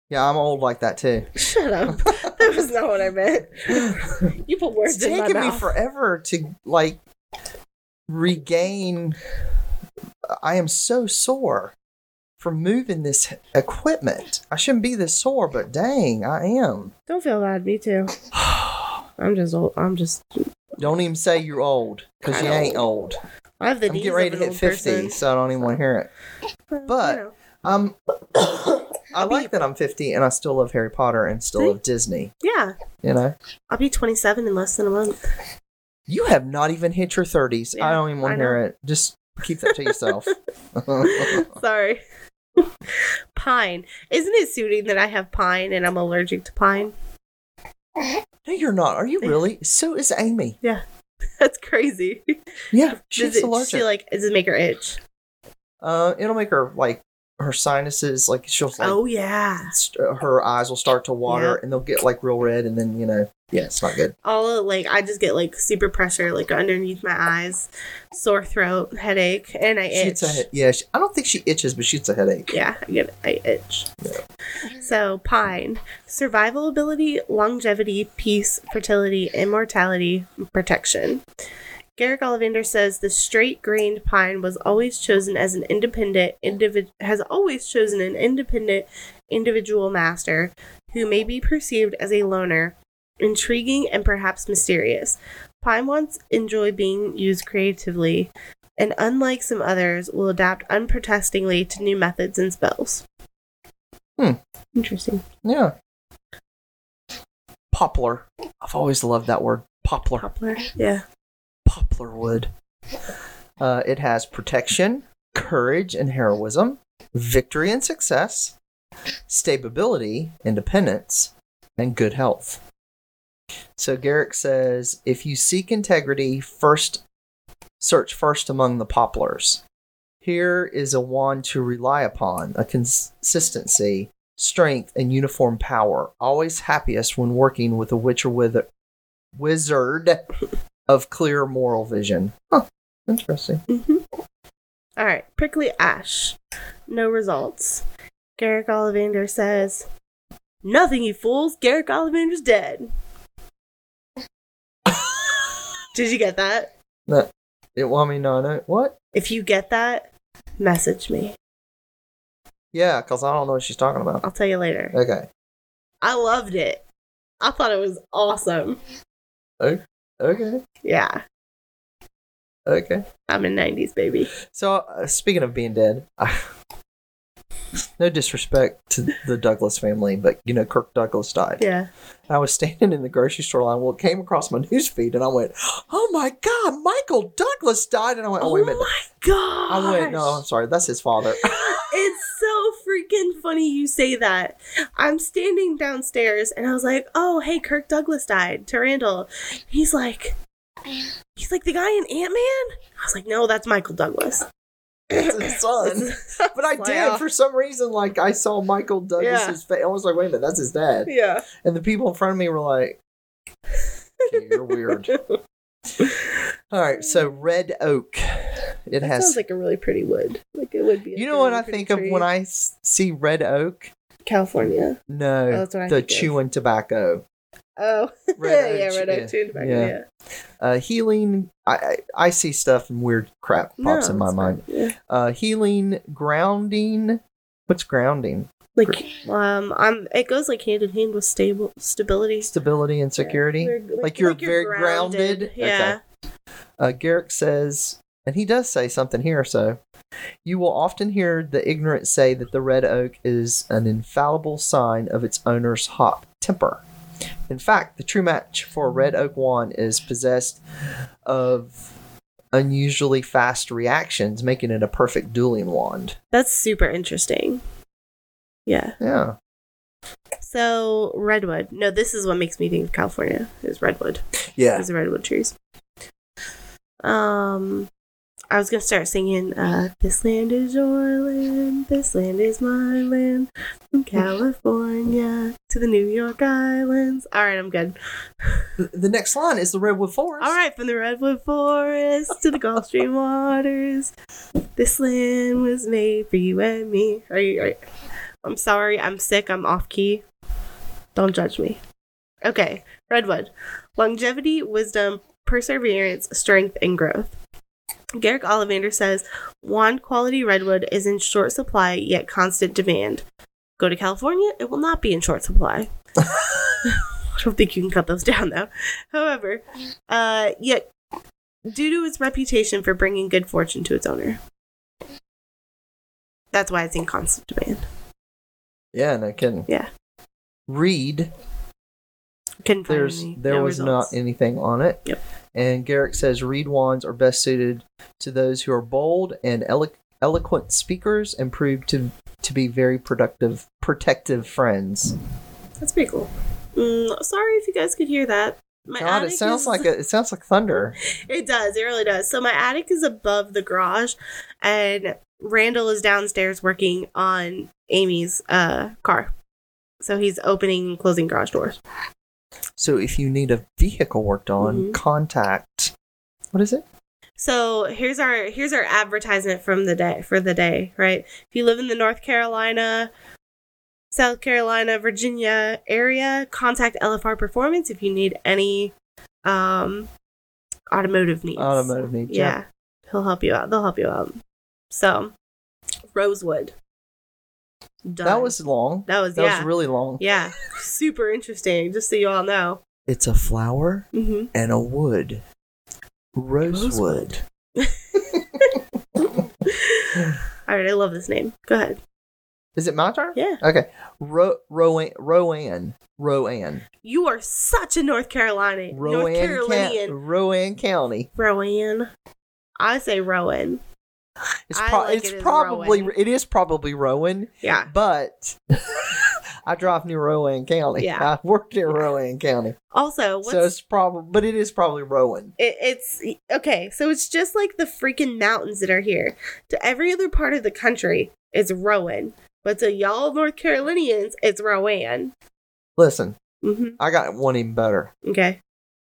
C: Yeah, I'm old like that too.
B: Shut up. that was not what I meant. You put words
C: It's
B: in my
C: taken me
B: mouth.
C: forever to like regain. I am so sore from moving this equipment. I shouldn't be this sore, but dang, I am.
B: Don't feel bad. Me too. I'm just old. I'm just.
C: Don't even say you're old because you ain't old.
B: I have the
C: I'm
B: knees
C: getting ready
B: of
C: to
B: an
C: hit
B: old
C: 50,
B: person.
C: so I don't even want to hear it.
B: Well,
C: but-
B: you know.
C: Um, I like that I'm 50 and I still love Harry Potter and still
B: See?
C: love Disney.
B: yeah,
C: You know,
B: I'll be 27 in less than a month.
C: you have not even hit your 30s.
B: Yeah,
C: I don't even want
B: I
C: to hear it. Just keep that to yourself.
B: Sorry. pine. Isn't it suiting that I have pine and I'm allergic to pine?
C: No, you're not. Are you really? So is Amy.
B: That's crazy.
C: Yeah,
B: Does
C: she's
B: it,
C: allergic.
B: she like does it make her itch?
C: uh, it'll make her like her sinuses like she'll like
B: oh yeah.
C: st- uh, her eyes will start to water
B: Yeah.
C: and they'll get like real red and then you know yeah it's not good.
B: all of, like I just get like super pressure like underneath my eyes, sore throat, headache, and I
C: She
B: itch.
C: gets a he- yeah. She, I don't think she itches, but she gets a headache.
B: yeah, I get I itch. So pine, survival ability, longevity, peace, fertility, immortality, protection. Garrick Ollivander says the straight-grained pine was always chosen as an independent individ- has always chosen an independent individual master who may be perceived as a loner, intriguing and perhaps mysterious. Pine wants enjoy being used creatively, and unlike some others, will adapt unprotestingly to new methods and spells.
C: Hmm.
B: Interesting.
C: Yeah. Poplar. I've always loved that word. Poplar.
B: Poplar. Yeah.
C: Poplar wood. Uh, it has protection, courage, and heroism, victory and success, stability, independence, and good health. So Garrick says, if you seek integrity, first search first among the poplars. Here is a wand to rely upon, a consistency, strength, and uniform power. Always happiest when working with a witch or wither- wizard of clear moral vision. Huh. Interesting.
B: Mhm. All right, prickly ash. No results. Garrick Ollivander says, Nothing, you fools. Garrick Ollivander's dead. Did you get that?
C: No, it, well, I mean, no, no. What?
B: If you get that, message me.
C: Yeah, because I don't know what she's talking about.
B: I'll tell you later.
C: Okay.
B: I loved it. I thought it was awesome.
C: Okay.
B: Yeah,
C: Okay.
B: I'm a 90s baby.
C: So, uh, speaking of being dead, I, no disrespect to the Douglas family, but you know, Kirk Douglas died.
B: Yeah.
C: I was standing in the grocery store line. Well, it came across my newsfeed, and I went, "Oh my God, Michael Douglas died!" And I went, "Oh, wait a minute."
B: Oh my god.
C: I went, "No, I'm sorry, that's his father."
B: It's so freaking funny you say that. I'm standing downstairs and I was like, oh, hey, Kirk Douglas died to Randall. He's like, he's like the guy in Ant Man? I was like, no, that's Michael Douglas.
C: it's his son. But I
B: Wow.
C: did for some reason. Like I saw Michael Douglas's face. I was like, "Wait a minute, that's his dad."
B: Yeah.
C: And the people in front of me were like, okay, "You're weird." All right, so Red Oak. It
B: That
C: has.
B: sounds like a really pretty wood. Like it would be. a
C: you know what
B: really
C: I
B: pretty
C: think of
B: tree.
C: when I s- see Red Oak?
B: California.
C: No,
B: Oh, that's what I
C: the
B: think of.
C: chewing tobacco.
B: Oh,
C: Red
B: yeah, red
C: Oak, yeah,
B: oak too. Tobacco,
C: yeah.
B: yeah.
C: Uh, healing. I, I I see stuff and weird crap pops in my
B: it's
C: mind.
B: fine. Yeah.
C: Uh, healing, grounding. What's grounding?
B: Like um, I'm. It goes like hand in hand with stable stability.
C: Stability and security.
B: They're-
C: Like you're very grounded.
B: Yeah.
C: Uh, Garrick says, and he does say something here, so you will often hear the ignorant say that the red oak is an infallible sign of its owner's hot temper. In fact, the true match for a red oak wand is possessed of unusually fast reactions, making it a perfect dueling wand.
B: That's super interesting. Yeah.
C: Yeah.
B: So redwood. No, this is what makes me think of California is redwood.
C: Yeah.
B: Is the redwood trees. Um, I was gonna start singing. Uh, this land is your land. This land is my land. From California to the New York Islands. All right, I'm good.
C: The, the next line is the redwood forest.
B: All right, from the redwood forest to the Gulf Stream waters, this land was made for you and me. Are you? Are you- I'm sorry, I'm sick. I'm off key. Don't judge me. Okay, redwood, longevity, wisdom, perseverance, strength, and growth. Garrick Ollivander says, "Wand quality redwood is in short supply, yet constant demand. Go to California; it will not be in short supply." I don't think you can cut those down though. However, uh, yet due to its reputation for bringing good fortune to its owner. That's why it's in constant demand.
C: Yeah, no kidding.
B: Yeah.
C: Reed
B: Couldn't find
C: there's
B: any-
C: there
B: no
C: was
B: results.
C: not anything on it.
B: Yep.
C: And Garrick says reed wands are best suited to those who are bold and elo- eloquent speakers and prove to to be very productive protective friends.
B: That's pretty cool. Mm, sorry if you guys could hear that. My
C: God, it
B: attic
C: sounds
B: is-
C: like a, it sounds like thunder.
B: It does. It really does. So my attic is above the garage, and Randall is downstairs working on Amy's uh, car. So he's opening and closing garage doors.
C: So if you need a vehicle worked on,
B: Mhm.
C: contact what is it?
B: So here's our here's our advertisement from the day for the day, right? If you live in the North Carolina, South Carolina, Virginia area, contact LFR Performance if you need any um automotive needs.
C: Automotive needs.
B: Yeah. He'll help you out. They'll help you out. So Rosewood. Done.
C: That was long.
B: that was
C: That
B: yeah.
C: was really long.
B: yeah. Super interesting, just so you all know.
C: It's a flower
B: Mhm.
C: and a wood. Rosewood.
B: All right, I love this name. Go ahead.
C: Is it my turn?
B: Yeah.
C: Okay. Ro- Rowan. Rowan. Rowan.
B: You are such a North Carolina, North
C: Rowan,
B: Carolinian.
C: Ca- Rowan County.
B: Rowan. I say Rowan.
C: It's,
B: I
C: pro-
B: like
C: it's
B: it as
C: probably
B: Rowan.
C: it is probably Rowan,
B: Yeah.
C: but I drive near Rowan County.
B: Yeah.
C: I work near Rowan County,
B: Also, what's
C: so it's probably but it is probably Rowan.
B: it, it's okay. So it's just like the freaking mountains that are here. To every other part of the country, it's Rowan, but to y'all North Carolinians, it's Rowan.
C: Listen,
B: hmm
C: I got one even better.
B: Okay.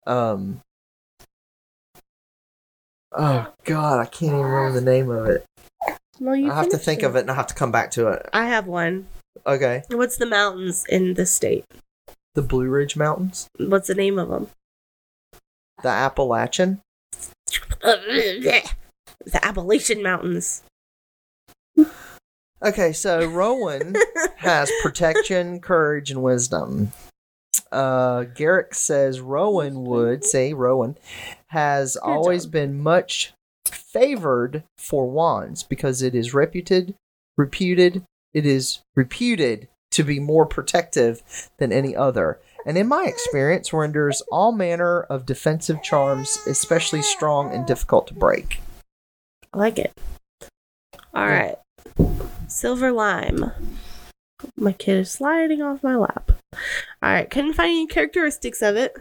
C: Um. Oh God, I can't even remember the name of it.
B: Well, you
C: I have to
B: finish
C: think of it, and I have to come back to it.
B: I have one.
C: Okay,
B: What's the mountains in this state?
C: the Blue Ridge Mountains,
B: What's the name of them?
C: the Appalachian.
B: the Appalachian Mountains.
C: Okay, so Rowan has protection, courage, and wisdom. Uh, Garrick says Rowan would say Rowan has always
B: job.
C: been much favored for wands because it is reputed, reputed it is reputed to be more protective than any other, and in my experience, renders all manner of defensive charms especially strong and difficult to break.
B: I like it. All
C: Yeah.
B: right. Silver lime. My kid is sliding off my lap. All right. Couldn't find any characteristics of it.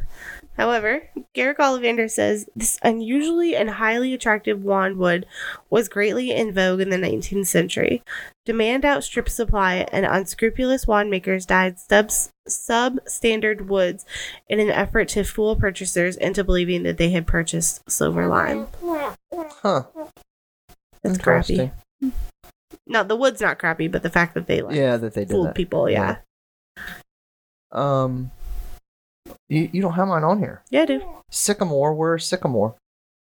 B: However, Garrick Ollivander says this unusually and highly attractive wandwood was greatly in vogue in the 19th century. Demand outstripped supply, and unscrupulous wand makers dyed sub- substandard woods in an effort to fool purchasers into believing that they had purchased silver lime.
C: Huh.
B: That's crappy.
C: Interesting.
B: No, the wood's not crappy, but the fact that they like
C: Yeah, that they did
B: fooled
C: that.
B: people, yeah.
C: Um, you, you don't have mine on here.
B: yeah. dude.
C: Sycamore, where's Sycamore?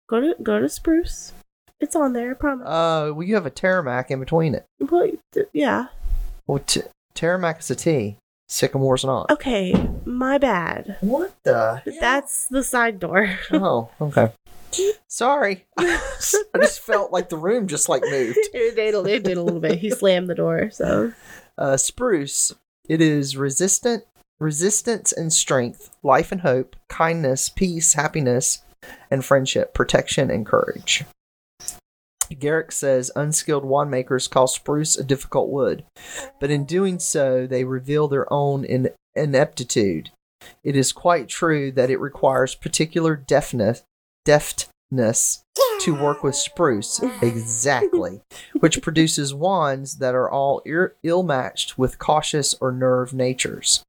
B: Go to go to Spruce. It's on there, I promise.
C: Uh, well, you have a Taramac in between it.
B: well, d- yeah.
C: Well, t- Taramac is a T. Sycamore's not.
B: Okay, my bad.
C: What the?
B: That's the side door.
C: Oh, okay. Sorry. I just felt like the room just like moved.
B: it, did, a- it did a little bit. He slammed the door, so
C: Uh, spruce. It is resistant, resistance and strength, life and hope, kindness, peace, happiness, and friendship, protection and courage. Garrick says unskilled wand makers call spruce a difficult wood, but in doing so, they reveal their own in- ineptitude. It is quite true that it requires particular deftness, deftness to work with spruce exactly which produces wands that are all ir- ill-matched with cautious or nerve natures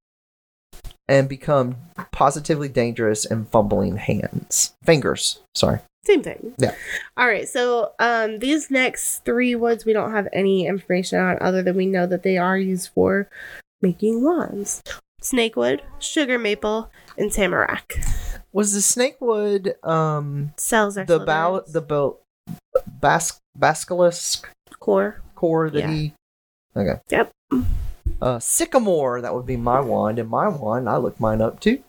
C: and become positively dangerous and fumbling hands fingers sorry
B: same thing.
C: Yeah.
B: All right, so um these next three woods we don't have any information on other than we know that they are used for making wands. Snakewood, sugar maple, and tamarack.
C: was the snakewood um
B: Cells are
C: the
B: Slytherin's
C: bow the bo- bas- basilisk
B: core.
C: core that
B: Yeah.
C: he okay
B: Yep.
C: uh sycamore that would be my wand and my wand i looked mine up too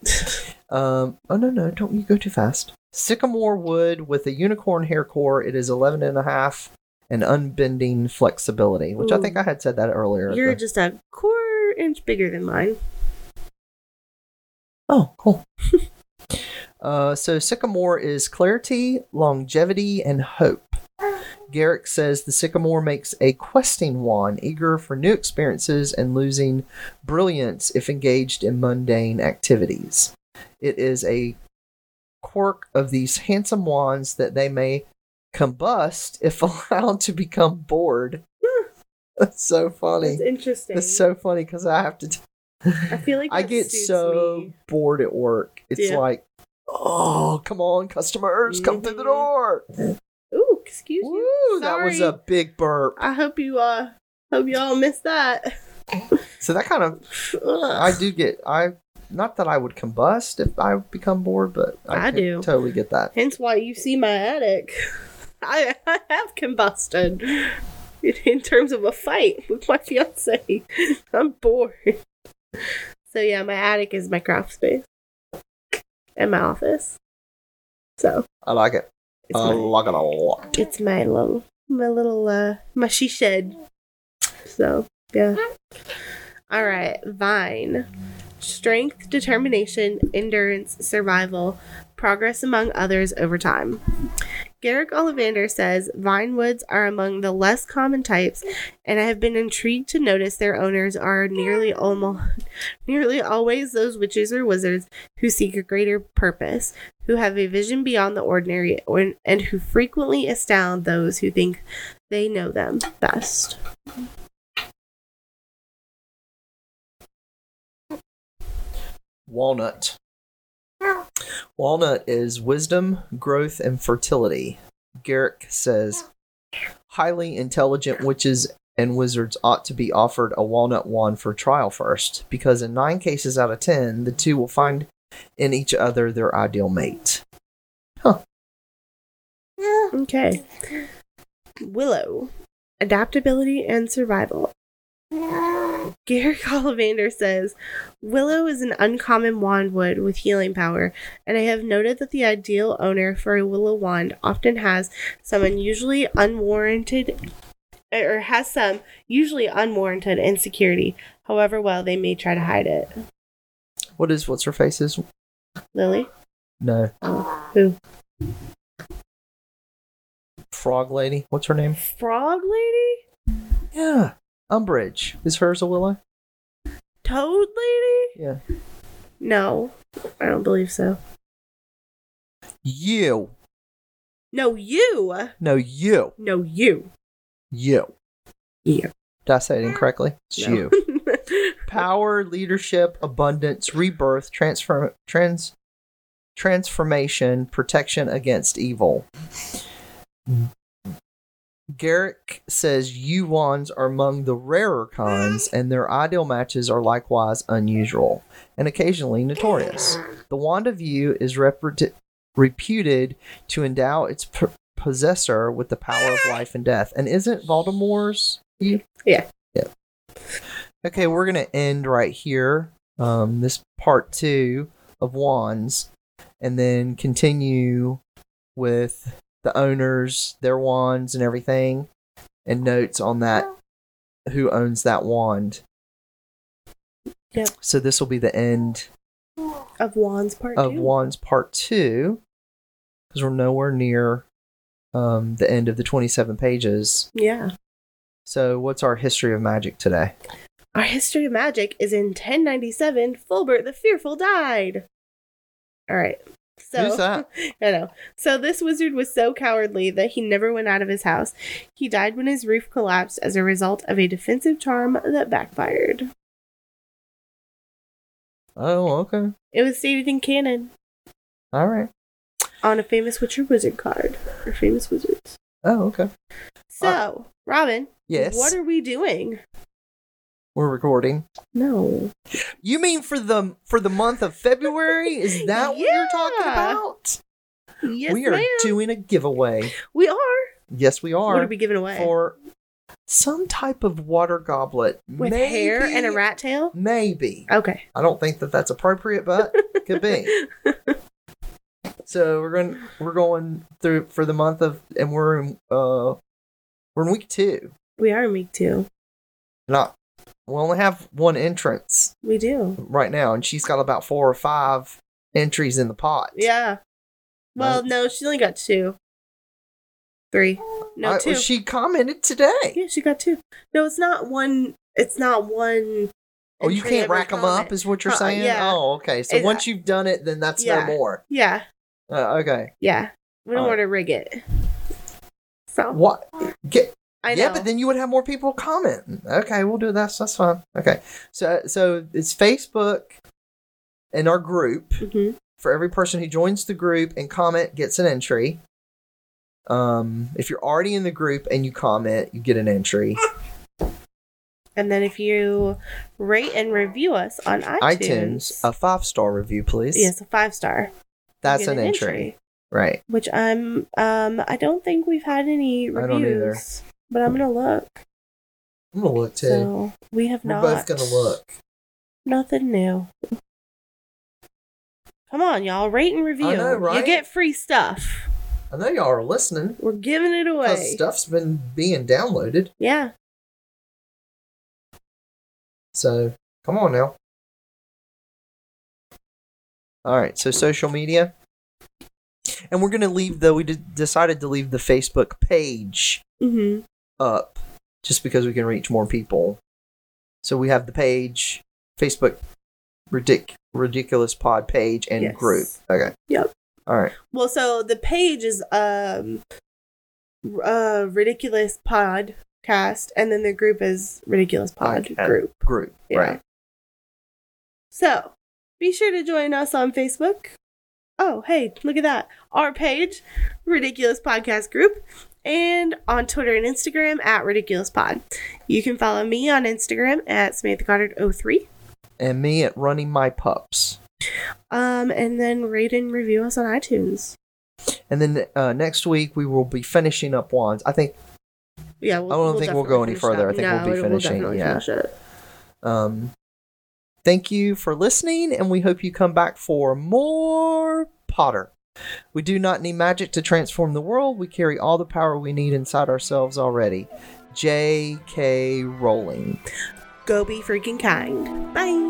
C: um oh no no don't you go too fast sycamore wood with a unicorn hair core it is 11 and a half and unbending flexibility which i think
B: Ooh.
C: i had said that earlier at
B: You're
C: the-
B: just a quarter inch bigger than mine.
C: oh cool uh so sycamore is clarity longevity and hope Garrick says the sycamore makes a questing wand, eager for new experiences and losing brilliance if engaged in mundane activities. It is a quirk of these handsome wands that they may combust if allowed to become bored. That's so funny.
B: It's interesting.
C: That's so funny because I have to. T-
B: I feel like
C: I
B: that
C: get
B: suits
C: so
B: me.
C: bored at work. It's
B: Yeah.
C: like, oh, come on, customers, come through the
B: Mhm.
C: door.
B: Ooh, excuse me.
C: Woo, that was
B: Sorry.
C: a big burp.
B: I hope you uh hope y'all missed that.
C: So that kind of I
B: Ugh.
C: do get I not that I would combust if I become bored, but
B: I
C: can
B: do.
C: totally get that.
B: Hence why you see my attic. I, I have combusted in, in terms of a fight with my fiance. I'm bored. So yeah, my attic is my craft space and my office. So
C: I like it.
B: it's
C: I
B: my
C: like it a lot.
B: It's my little, my little, uh, my she shed. So, yeah. All right, Vine. Strength, determination, endurance, survival, progress among others over time. Garrick Ollivander says vine woods are among the less common types, and I have been intrigued to notice their owners are nearly almost, nearly always those witches or wizards who seek a greater purpose who have a vision beyond the ordinary or- and who frequently astound those who think they know them best.
C: Walnut. Walnut is wisdom, growth, and fertility. Garrick says highly intelligent witches and wizards ought to be offered a walnut wand for trial first, because in nine cases out of ten, the two will find in each other their ideal mate.
B: Okay. Willow. Adaptability and survival. Gary Collivander says, Willow is an uncommon wand wood with healing power, and I have noted that the ideal owner for a willow wand often has some unusually unwarranted or has some usually unwarranted insecurity, however well they may try to hide it.
C: What is what's her face's?
B: Lily?
C: No,
B: Who?
C: frog lady. What's her name?
B: Frog lady?
C: Yeah, Umbridge. Is hers a willow?
B: Toad lady?
C: Yeah.
B: No. I don't believe so.
C: You.
B: No, you.
C: No, you.
B: No, you.
C: You.
B: You.
C: Did I say it incorrectly? It's
B: No.
C: you. Power, leadership, abundance, rebirth, transfer, trans, transformation, protection against evil. Garrick says you wands are among the rarer kinds, and their ideal matches are likewise unusual and occasionally notorious. The wand of you is repre- reputed to endow its p- possessor with the power of life and death, and isn't Voldemort's you?
B: Yeah.
C: Yeah. Okay, we're gonna end right here. Um, this part two of wands, and then continue with the owners, their wands, and everything, and notes on that who owns that wand.
B: Yep.
C: So this will be the end
B: of Wands part
C: of
B: two.
C: wands part two, because we're nowhere near um, the end of the twenty-seven pages.
B: yeah.
C: So what's our history of magic today?
B: Our history of magic is in 1097. Fulbert the Fearful died. All right. So
C: Who's that?
B: I know. So this wizard was so cowardly that he never went out of his house. He died when his roof collapsed as a result of a defensive charm that backfired.
C: Oh, okay.
B: It was stated in canon
C: All right.
B: on a famous Witcher wizard card or famous wizards.
C: Oh, okay.
B: So, Robin,
C: Uh, Yes.
B: what are we doing?
C: we're recording.
B: No.
C: You mean for the for the month of February? Is that what you're talking
B: Yeah.
C: about?
B: Yes,
C: we are
B: ma'am.
C: doing a giveaway.
B: we are.
C: Yes, we
B: What are
C: are
B: we giving away?
C: for some type of water goblet
B: With hair and a rat tail?
C: Maybe
B: Okay.
C: I don't think that that's appropriate, but could be. So we're going we're going through for the month of and we're in uh we're in week two.
B: We are in week two.
C: Not we only have one entrance
B: We do.
C: right now, and she's got about four or five entries in the pot.
B: Yeah. Well,
C: Nice.
B: no, she only got two. Three. No,
C: I-
B: two.
C: Uh, oh, She commented today.
B: yeah, she got two. No, it's not one. It's not one.
C: Oh, you
B: entry
C: can't
B: every
C: rack them
B: comment.
C: up, is what you're
B: Uh-uh,
C: saying?
B: yeah.
C: Oh, okay. So
B: It's-
C: once you've done it, then that's
B: Yeah.
C: no more.
B: Yeah,
C: Uh, okay.
B: yeah. We don't
C: Uh,
B: want to rig it. So
C: What? Get,
B: I know.
C: yeah, but then you would have more people commenting. Okay, we'll do this. That's fine. Okay. So, so it's Facebook and our group.
B: Mhm.
C: for every person who joins the group and comment gets an entry. Um, if you're already in the group and you comment, you get an entry.
B: And then if you rate and review us on iTunes,
C: iTunes, a five star review, please.
B: yes, a five star. you
C: that's
B: get
C: an, entry. right?
B: Which I'm. Um, I don't think we've had any
C: I
B: reviews.
C: don't either.
B: But I'm gonna look.
C: I'm gonna look too.
B: So we have
C: We're
B: not.
C: both gonna look.
B: Nothing new. Come on, y'all. Rate and review.
C: know, right?
B: You get free stuff.
C: I know y'all are listening
B: We're giving it
C: because
B: away.
C: stuff's been being downloaded.
B: Yeah.
C: So come on now. All right, so social media. And we're going to leave, though, we d- decided to leave the Facebook page
B: Mm-hmm.
C: up just because we can reach more people. So we have the page, Facebook ridic- ridiculous pod page and
B: Yes.
C: group. Okay.
B: Yep.
C: All right.
B: Well, so the page is um uh ridiculous podcast, and then the group is ridiculous pod
C: Podcast.
B: group.
C: Group.
B: Yeah.
C: Right.
B: So be sure to join us on Facebook. Oh, hey, look at that. Our page, Ridiculous Podcast Group, and on Twitter and Instagram at Ridiculous Pod. You can follow me on Instagram at Samantha Goddard03.
C: And me at running my pups.
B: Um, and then rate and review us on iTunes.
C: And then uh, next week we will be finishing up wands. I think
B: Yeah, we'll,
C: I don't think we'll go any
B: definitely finish that.
C: further. I think we'll be finishing,
B: definitely
C: yeah.
B: finish it.
C: um thank you for listening and we hope you come back for more Potter. We do not need magic to transform the world. We carry all the power we need inside ourselves already. J.K. Rowling.
B: Go be freaking kind. Bye.